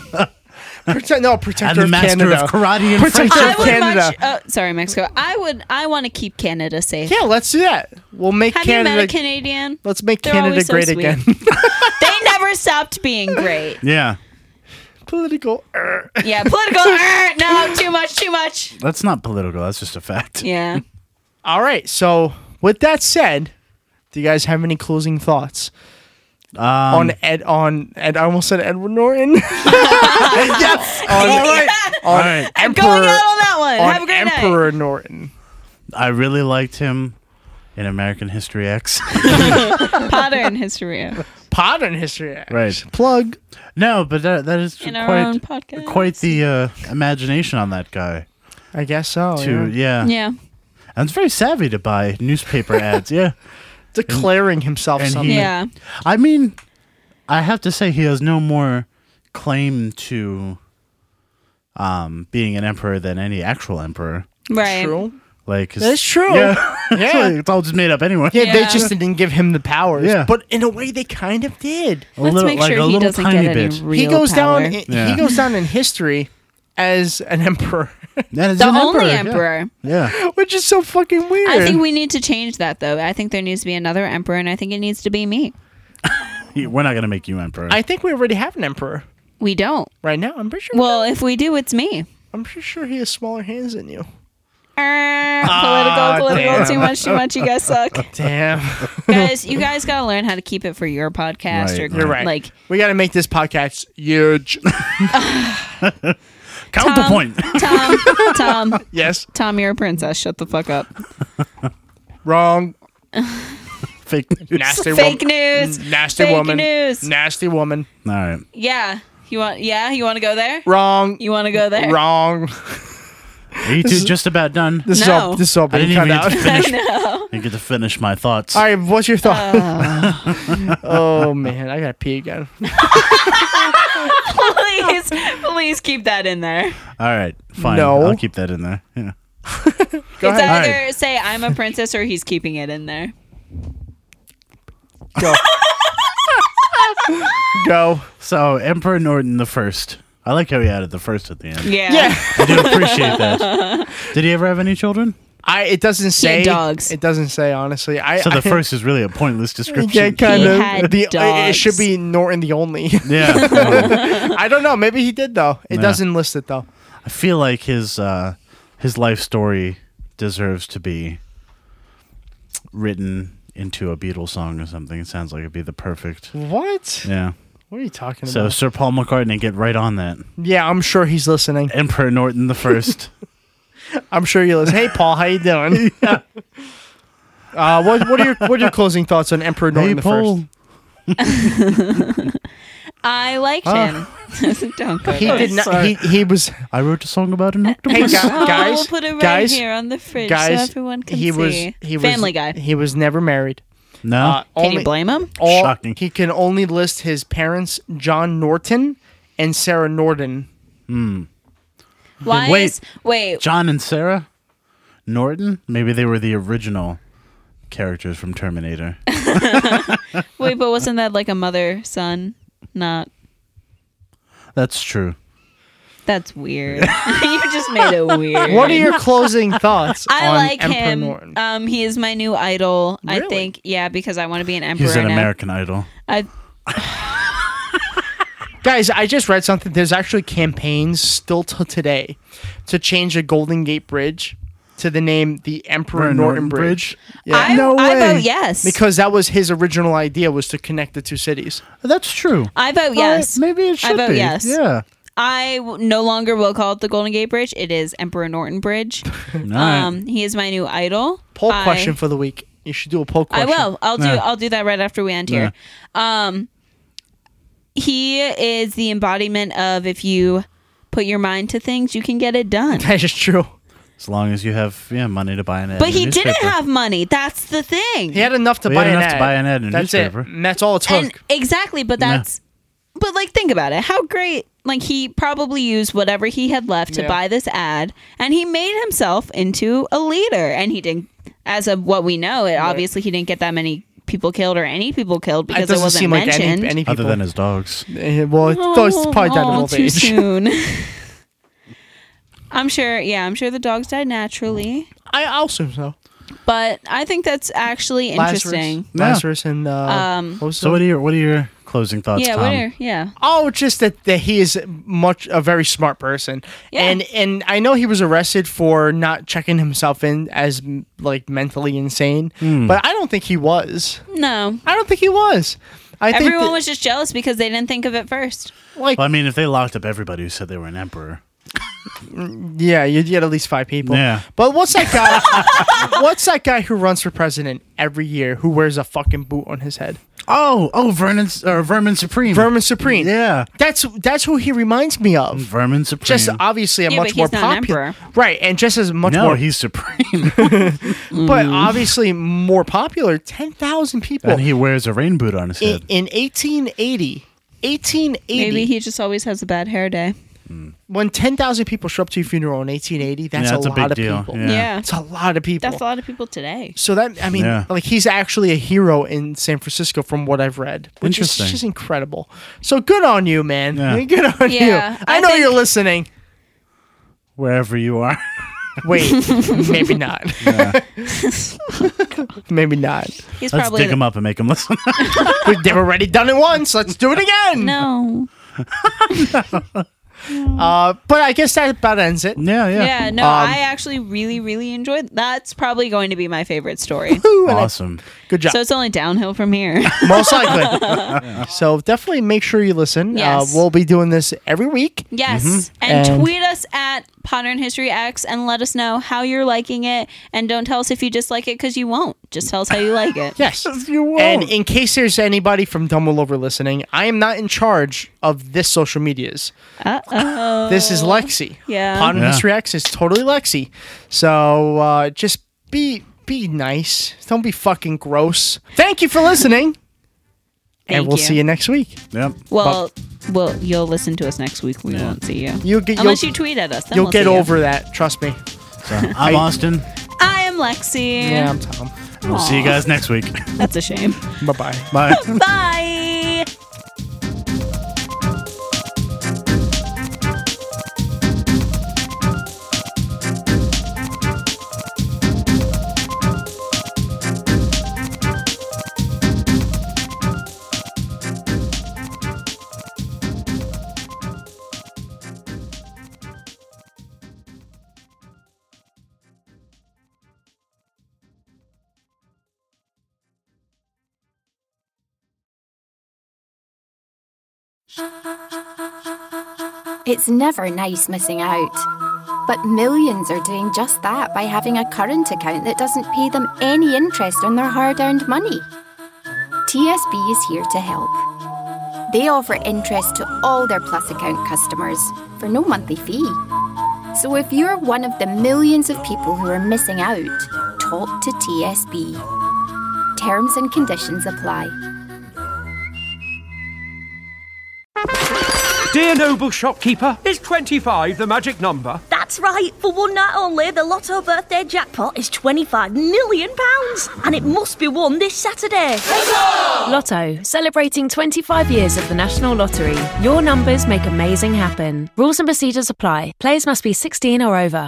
[SPEAKER 3] Prote- no, protector
[SPEAKER 4] And the
[SPEAKER 3] of
[SPEAKER 4] master
[SPEAKER 3] Canada.
[SPEAKER 4] of karate and
[SPEAKER 3] Protector
[SPEAKER 4] friendship.
[SPEAKER 2] I
[SPEAKER 3] of
[SPEAKER 2] would
[SPEAKER 3] Canada.
[SPEAKER 2] much. Oh, sorry, Mexico. I would. I want to keep Canada safe.
[SPEAKER 3] Yeah, let's do that. We'll make
[SPEAKER 2] Have you
[SPEAKER 3] Canada.
[SPEAKER 2] met a Canadian?
[SPEAKER 3] let's make
[SPEAKER 2] They're
[SPEAKER 3] Canada
[SPEAKER 2] always so
[SPEAKER 3] great
[SPEAKER 2] sweet.
[SPEAKER 3] again.
[SPEAKER 2] <laughs>
[SPEAKER 3] <laughs>
[SPEAKER 2] They never stopped being great.
[SPEAKER 4] <laughs> Yeah,
[SPEAKER 3] Political. err.
[SPEAKER 2] Yeah,
[SPEAKER 3] <laughs>
[SPEAKER 2] political. er, no, too much. Too much.
[SPEAKER 4] that's not political. That's just a fact.
[SPEAKER 2] Yeah.
[SPEAKER 3] All right. So, with that said, do you guys have any closing thoughts on Ed? On Ed, I almost said Edward Norton. yes. On,
[SPEAKER 4] All right.
[SPEAKER 2] I'm
[SPEAKER 3] Emperor.
[SPEAKER 2] going out on that one.
[SPEAKER 3] on
[SPEAKER 2] Have a great night.
[SPEAKER 3] Emperor Norton.
[SPEAKER 4] I really liked him in American History X.
[SPEAKER 3] <laughs>
[SPEAKER 4] <laughs>
[SPEAKER 2] Potter and history.
[SPEAKER 3] Modern history. Act.
[SPEAKER 4] Right.
[SPEAKER 3] Plug.
[SPEAKER 4] no, but that, that is
[SPEAKER 2] In our own
[SPEAKER 4] quite
[SPEAKER 2] podcast.
[SPEAKER 4] quite the uh, imagination on that guy.
[SPEAKER 3] I guess so.
[SPEAKER 4] To
[SPEAKER 3] Oh, yeah.
[SPEAKER 4] yeah.
[SPEAKER 2] Yeah.
[SPEAKER 4] and it's very savvy to buy newspaper
[SPEAKER 2] <laughs>
[SPEAKER 4] ads. Yeah,
[SPEAKER 3] Declaring himself
[SPEAKER 4] and he-
[SPEAKER 3] something.
[SPEAKER 2] Yeah.
[SPEAKER 4] I mean, I have to say he has no more claim to um, being an emperor than any actual emperor.
[SPEAKER 2] Right.
[SPEAKER 3] True.
[SPEAKER 4] Like his-
[SPEAKER 3] That's true.
[SPEAKER 4] Yeah, <laughs>
[SPEAKER 3] Yeah.
[SPEAKER 4] it's all just made up anyway.
[SPEAKER 3] Yeah, they
[SPEAKER 2] Yeah.
[SPEAKER 3] just didn't give him the powers.
[SPEAKER 4] Yeah.
[SPEAKER 3] But in a way, they kind of did.
[SPEAKER 4] A
[SPEAKER 2] Let's
[SPEAKER 4] little-
[SPEAKER 2] make
[SPEAKER 4] like
[SPEAKER 2] sure
[SPEAKER 4] a
[SPEAKER 2] he
[SPEAKER 4] little
[SPEAKER 2] doesn't
[SPEAKER 4] tiny
[SPEAKER 2] get
[SPEAKER 4] bit.
[SPEAKER 2] any real
[SPEAKER 3] he goes
[SPEAKER 2] power.
[SPEAKER 3] down. He
[SPEAKER 4] Yeah.
[SPEAKER 3] goes down in history as an emperor, <laughs>
[SPEAKER 4] And it's
[SPEAKER 2] the
[SPEAKER 4] an
[SPEAKER 2] only
[SPEAKER 4] yeah.
[SPEAKER 2] emperor.
[SPEAKER 4] Yeah.
[SPEAKER 3] which is so fucking weird.
[SPEAKER 2] I think we need to change that though. I think there needs to be another emperor, and I think it needs to be me.
[SPEAKER 4] He- We're not gonna make you emperor.
[SPEAKER 3] I think we already have an emperor
[SPEAKER 2] We don't.
[SPEAKER 3] right now. I'm pretty sure.
[SPEAKER 2] Well, if we do, it's me.
[SPEAKER 3] I'm pretty sure he has smaller hands than
[SPEAKER 4] <laughs>
[SPEAKER 3] you.
[SPEAKER 2] Er,
[SPEAKER 3] Ah,
[SPEAKER 2] political, political,
[SPEAKER 3] damn.
[SPEAKER 2] too much, too much. You guys suck,
[SPEAKER 3] <laughs> Damn,
[SPEAKER 2] guys. You guys gotta learn how to keep it for your podcast.
[SPEAKER 4] Right,
[SPEAKER 2] or
[SPEAKER 4] right.
[SPEAKER 3] you're right. <laughs>
[SPEAKER 2] Like
[SPEAKER 3] we got to make this podcast
[SPEAKER 2] <laughs>
[SPEAKER 3] huge.
[SPEAKER 4] Counterpoint.
[SPEAKER 2] Tom, Tom,
[SPEAKER 3] yes,
[SPEAKER 2] Tom, you're a princess. Shut the fuck up.
[SPEAKER 3] wrong,
[SPEAKER 4] <laughs> Fake news.
[SPEAKER 3] nasty,
[SPEAKER 2] Fake
[SPEAKER 3] wom-
[SPEAKER 2] news.
[SPEAKER 3] nasty
[SPEAKER 2] Fake
[SPEAKER 3] woman,
[SPEAKER 2] news.
[SPEAKER 3] nasty woman,
[SPEAKER 4] All right.
[SPEAKER 2] Yeah, you want? Yeah, you want to go there?
[SPEAKER 3] wrong,
[SPEAKER 2] You want to go there?
[SPEAKER 3] wrong. <laughs>
[SPEAKER 4] Are you two just about done?
[SPEAKER 3] This is all.
[SPEAKER 2] No.
[SPEAKER 3] This is all
[SPEAKER 4] I
[SPEAKER 3] being cut
[SPEAKER 4] didn't even
[SPEAKER 3] out.
[SPEAKER 4] get to finish.
[SPEAKER 2] <laughs> No.
[SPEAKER 3] <laughs>
[SPEAKER 4] I get to finish my thoughts.
[SPEAKER 3] All right, what's your thought? <laughs> oh man, I gotta pee
[SPEAKER 2] <laughs>
[SPEAKER 3] again.
[SPEAKER 2] please, please keep that in there.
[SPEAKER 4] All right. Fine.
[SPEAKER 3] No.
[SPEAKER 4] I'll keep that in there. Yeah.
[SPEAKER 3] Go
[SPEAKER 2] it's
[SPEAKER 3] ahead.
[SPEAKER 2] either say I'm a princess or he's keeping it in there.
[SPEAKER 3] Go. Go.
[SPEAKER 4] So Emperor Norton the First. I like how he added the first at the end.
[SPEAKER 2] Yeah.
[SPEAKER 3] Yeah.
[SPEAKER 4] I do appreciate that.
[SPEAKER 2] <laughs>
[SPEAKER 4] Did he ever have any children?
[SPEAKER 3] I. It doesn't say.
[SPEAKER 2] dogs.
[SPEAKER 3] It doesn't say honestly. I. <laughs>
[SPEAKER 4] So the
[SPEAKER 3] I-
[SPEAKER 4] first is really a pointless description.
[SPEAKER 3] Yeah, kind
[SPEAKER 2] He
[SPEAKER 3] of.
[SPEAKER 2] had
[SPEAKER 3] the, It, it
[SPEAKER 2] dogs.
[SPEAKER 3] should be Norton the only. <laughs>
[SPEAKER 4] Yeah.
[SPEAKER 3] I don't know. Maybe he did though. It
[SPEAKER 4] Yeah.
[SPEAKER 3] doesn't list it though.
[SPEAKER 4] I feel like his uh, his life story deserves to be written into a Beatles song or something. It sounds like it'd be the perfect.
[SPEAKER 3] What?
[SPEAKER 4] Yeah.
[SPEAKER 3] What are you talking
[SPEAKER 4] So
[SPEAKER 3] about?
[SPEAKER 4] Sir Paul McCartney, get right on that.
[SPEAKER 3] Yeah, I'm sure he's listening.
[SPEAKER 4] Emperor Norton the First.
[SPEAKER 3] I'm sure he listens. Hey, Paul, how you doing? <laughs> Uh, what what are your what are your closing thoughts on Emperor Norton the First?
[SPEAKER 2] I liked him. <laughs> Don't go.
[SPEAKER 3] Uh. He
[SPEAKER 2] there.
[SPEAKER 3] did not. He,
[SPEAKER 2] <laughs>
[SPEAKER 3] he was.
[SPEAKER 4] I wrote a song about an
[SPEAKER 3] Hey
[SPEAKER 4] octopus.
[SPEAKER 3] guys,
[SPEAKER 2] Oh,
[SPEAKER 3] guys,
[SPEAKER 2] we'll put it right
[SPEAKER 3] guys,
[SPEAKER 2] here on the fridge so
[SPEAKER 3] guys.
[SPEAKER 2] everyone can
[SPEAKER 3] he was.
[SPEAKER 2] see.
[SPEAKER 3] He was.
[SPEAKER 2] Family Guy.
[SPEAKER 3] He was never married.
[SPEAKER 4] no,
[SPEAKER 2] <laughs>
[SPEAKER 3] Uh,
[SPEAKER 2] can
[SPEAKER 3] only-
[SPEAKER 2] you blame him?
[SPEAKER 3] all-
[SPEAKER 4] Shocking.
[SPEAKER 3] He can only list his parents, John Norton and Sarah Norton.
[SPEAKER 2] Why?
[SPEAKER 4] wait.
[SPEAKER 2] Is, wait.
[SPEAKER 4] John and Sarah Norton. Maybe they were the original characters
[SPEAKER 2] <laughs>
[SPEAKER 4] from Terminator.
[SPEAKER 2] Wait. But wasn't that like a mother son? Not.
[SPEAKER 4] That's true.
[SPEAKER 2] That's weird. <laughs> you just made it weird.
[SPEAKER 3] What are your closing thoughts
[SPEAKER 2] <laughs> I
[SPEAKER 3] on
[SPEAKER 2] like
[SPEAKER 3] Emperor
[SPEAKER 2] him.
[SPEAKER 3] Norton?
[SPEAKER 2] Um, he is my new idol. I
[SPEAKER 3] Really?
[SPEAKER 2] think, yeah, because I want to be an emperor.
[SPEAKER 4] He's an
[SPEAKER 2] now.
[SPEAKER 4] American Idol.
[SPEAKER 2] I,
[SPEAKER 3] Guys, I just read something. There's actually campaigns still till today to change the Golden Gate Bridge to the name the Emperor
[SPEAKER 4] Emperor
[SPEAKER 3] Norton,
[SPEAKER 4] Norton
[SPEAKER 3] Bridge.
[SPEAKER 2] I,
[SPEAKER 4] No
[SPEAKER 2] I
[SPEAKER 4] way.
[SPEAKER 2] vote yes.
[SPEAKER 3] Because that was his original idea was to connect the two cities.
[SPEAKER 4] That's true.
[SPEAKER 2] I vote Uh,
[SPEAKER 3] Oh,
[SPEAKER 2] yes.
[SPEAKER 4] Well, maybe it
[SPEAKER 2] I
[SPEAKER 4] should
[SPEAKER 2] vote
[SPEAKER 4] be.
[SPEAKER 2] yes.
[SPEAKER 4] Yeah.
[SPEAKER 2] I w- no longer will call it the Golden Gate Bridge. It is Emperor Norton Bridge.
[SPEAKER 4] Alright.
[SPEAKER 2] Um, he is my new idol.
[SPEAKER 3] Poll
[SPEAKER 2] I-
[SPEAKER 3] question for the week. You should do a poll
[SPEAKER 2] I
[SPEAKER 3] question.
[SPEAKER 2] will. I'll do.
[SPEAKER 4] Yeah.
[SPEAKER 2] I'll do that right after we end here. Um, he is the embodiment of if you put your mind to things, you can get it done.
[SPEAKER 3] <laughs> That is true.
[SPEAKER 4] As long as you have yeah money to buy an ad.
[SPEAKER 2] But
[SPEAKER 4] in a
[SPEAKER 2] he didn't
[SPEAKER 4] newspaper.
[SPEAKER 2] have money. That's the thing.
[SPEAKER 3] He had enough to
[SPEAKER 4] Well,
[SPEAKER 3] buy
[SPEAKER 4] he had
[SPEAKER 3] an
[SPEAKER 4] enough
[SPEAKER 3] ad.
[SPEAKER 4] to buy an ad in a
[SPEAKER 3] That's
[SPEAKER 4] newspaper.
[SPEAKER 3] it. And that's all it took.
[SPEAKER 2] And exactly, but that's but like think about it. How great like he probably used whatever he had left to
[SPEAKER 3] Yeah.
[SPEAKER 2] buy this ad and he made himself into a leader and he didn't as of what we know, it obviously he didn't get that many people killed or any people killed because it,
[SPEAKER 3] doesn't
[SPEAKER 2] wasn't
[SPEAKER 3] seem like
[SPEAKER 2] mentioned.
[SPEAKER 3] any, any people.
[SPEAKER 4] Other than his dogs.
[SPEAKER 3] Eh, well, it does- it's probably died
[SPEAKER 2] Oh,
[SPEAKER 3] of old
[SPEAKER 2] too
[SPEAKER 3] <laughs> age.
[SPEAKER 2] soon. I'm sure, yeah, I'm sure the dogs died naturally.
[SPEAKER 3] I I'll assume so.
[SPEAKER 2] But I think that's actually interesting.
[SPEAKER 3] Lazarus, Lazarus and uh,
[SPEAKER 2] Um,
[SPEAKER 3] what was
[SPEAKER 4] So
[SPEAKER 3] the-
[SPEAKER 4] what are your what are your closing thoughts,
[SPEAKER 2] yeah,
[SPEAKER 4] Tom?
[SPEAKER 2] what are, yeah.
[SPEAKER 3] Oh, just that, that he is much a very smart person,
[SPEAKER 2] Yeah.
[SPEAKER 3] and and I know he was arrested for not checking himself in as m- like mentally insane,
[SPEAKER 4] Hmm.
[SPEAKER 3] but I don't think he was.
[SPEAKER 2] No.
[SPEAKER 3] I don't think he was. I
[SPEAKER 2] Everyone
[SPEAKER 3] think
[SPEAKER 2] was just jealous because they didn't think of it first.
[SPEAKER 3] that, like
[SPEAKER 4] Well, I mean, if they locked up everybody who said they were an emperor,
[SPEAKER 3] yeah, you'd get at least five people.
[SPEAKER 4] Yeah.
[SPEAKER 3] but what's that guy? <laughs> what's that guy who runs for president every year who wears a fucking boot on his head?
[SPEAKER 4] oh, oh, Vernon or Vermin Supreme,
[SPEAKER 3] Vermin Supreme.
[SPEAKER 4] yeah,
[SPEAKER 3] That's that's who he reminds me of.
[SPEAKER 4] Vermin Supreme.
[SPEAKER 3] just obviously a
[SPEAKER 2] Yeah,
[SPEAKER 3] much
[SPEAKER 2] but
[SPEAKER 3] more
[SPEAKER 2] he's not an
[SPEAKER 3] popular
[SPEAKER 2] emperor.
[SPEAKER 3] right and just as much
[SPEAKER 4] no,
[SPEAKER 3] more
[SPEAKER 4] he's <laughs> supreme,
[SPEAKER 3] but obviously more popular 10,000 people
[SPEAKER 4] Mm. and he wears a rain boot on his
[SPEAKER 3] in,
[SPEAKER 4] head.
[SPEAKER 3] in 1880 1880
[SPEAKER 2] Maybe he just always has a bad hair day.
[SPEAKER 3] when 10,000 people show up to your funeral in 1880 that's,
[SPEAKER 4] Yeah, that's
[SPEAKER 3] a,
[SPEAKER 4] a
[SPEAKER 3] lot
[SPEAKER 4] big
[SPEAKER 3] of
[SPEAKER 4] deal.
[SPEAKER 3] people
[SPEAKER 4] Yeah.
[SPEAKER 2] Yeah.
[SPEAKER 3] it's a lot of people
[SPEAKER 2] That's a lot of people today.
[SPEAKER 3] so that I mean,
[SPEAKER 4] Yeah.
[SPEAKER 3] like he's actually a hero in San Francisco, from what I've read, which is
[SPEAKER 4] Interesting.
[SPEAKER 3] just incredible. So good on you, man.
[SPEAKER 4] Yeah.
[SPEAKER 3] <laughs> Good on
[SPEAKER 2] Yeah,
[SPEAKER 3] you. I,
[SPEAKER 2] I
[SPEAKER 3] know
[SPEAKER 2] think-
[SPEAKER 3] you're listening.
[SPEAKER 4] Wherever you are,
[SPEAKER 2] <laughs>
[SPEAKER 3] Wait, maybe not. <laughs> maybe not.
[SPEAKER 2] He's
[SPEAKER 4] let's
[SPEAKER 2] probably
[SPEAKER 4] dig him up and make him listen. <laughs>
[SPEAKER 3] But They've already done it once. Let's do it again.
[SPEAKER 2] No.
[SPEAKER 3] Uh, but I guess that about ends it.
[SPEAKER 4] yeah, yeah,
[SPEAKER 2] Yeah, no,
[SPEAKER 3] Um,
[SPEAKER 2] I actually really, really enjoyed that's probably going to be my favorite
[SPEAKER 3] <laughs>
[SPEAKER 2] story.
[SPEAKER 4] awesome.
[SPEAKER 3] Good job.
[SPEAKER 2] so it's only downhill from
[SPEAKER 3] <laughs>
[SPEAKER 2] here. <laughs>
[SPEAKER 3] Most likely. so definitely make sure you listen.
[SPEAKER 2] Yes.
[SPEAKER 3] Uh, we'll be doing this every week.
[SPEAKER 2] yes. And,
[SPEAKER 3] Mm-hmm. And-
[SPEAKER 2] tweet us at Pattern History X and let us know how you're liking it. And don't tell us if you dislike it because you won't. Just tell us how you like
[SPEAKER 3] <laughs>
[SPEAKER 2] it.
[SPEAKER 3] Yes.
[SPEAKER 4] You won't. <laughs>
[SPEAKER 3] And in case there's anybody from Dumb All Over listening, I am not in charge of this social medias.
[SPEAKER 2] <laughs> Uh-oh.
[SPEAKER 3] This is Lexi.
[SPEAKER 2] Oh. Yeah.
[SPEAKER 3] Pond
[SPEAKER 4] Yeah.
[SPEAKER 3] History X is totally Lexi. So uh, just be be nice. Don't be fucking gross. Thank you for listening.
[SPEAKER 2] <laughs> Thank
[SPEAKER 3] and we'll
[SPEAKER 2] you.
[SPEAKER 3] see you next week.
[SPEAKER 4] yep.
[SPEAKER 2] Well, well, you'll listen to us next week. We won't see you.
[SPEAKER 3] You'll get
[SPEAKER 2] Unless
[SPEAKER 3] you'll,
[SPEAKER 2] you tweet at us. Then
[SPEAKER 3] you'll
[SPEAKER 2] we'll
[SPEAKER 3] get
[SPEAKER 2] see you.
[SPEAKER 3] over that. Trust me.
[SPEAKER 4] So, I'm Austin.
[SPEAKER 2] I am Lexi.
[SPEAKER 3] Yeah, I'm Tom.
[SPEAKER 4] We'll see you guys
[SPEAKER 2] <laughs>
[SPEAKER 4] next week.
[SPEAKER 2] That's a shame.
[SPEAKER 3] Bye bye.
[SPEAKER 4] Bye.
[SPEAKER 2] Bye.
[SPEAKER 1] It's never nice missing out. But millions are doing just that by having a current account that doesn't pay them any interest on their hard earned money. TSB is here to help. They offer interest to all their Plus account customers for no monthly fee. So if you're one of the millions of people who are missing out, talk to TSB. Terms and conditions apply.
[SPEAKER 5] Dear noble shopkeeper, is 25 the magic number?
[SPEAKER 2] That's right. For one night only, the Lotto birthday jackpot is £25 million, and it must be won this Saturday.
[SPEAKER 6] Lotto, celebrating 25 years of the National Lottery. Your numbers make amazing happen. Rules and procedures apply. Players must be 16 or over.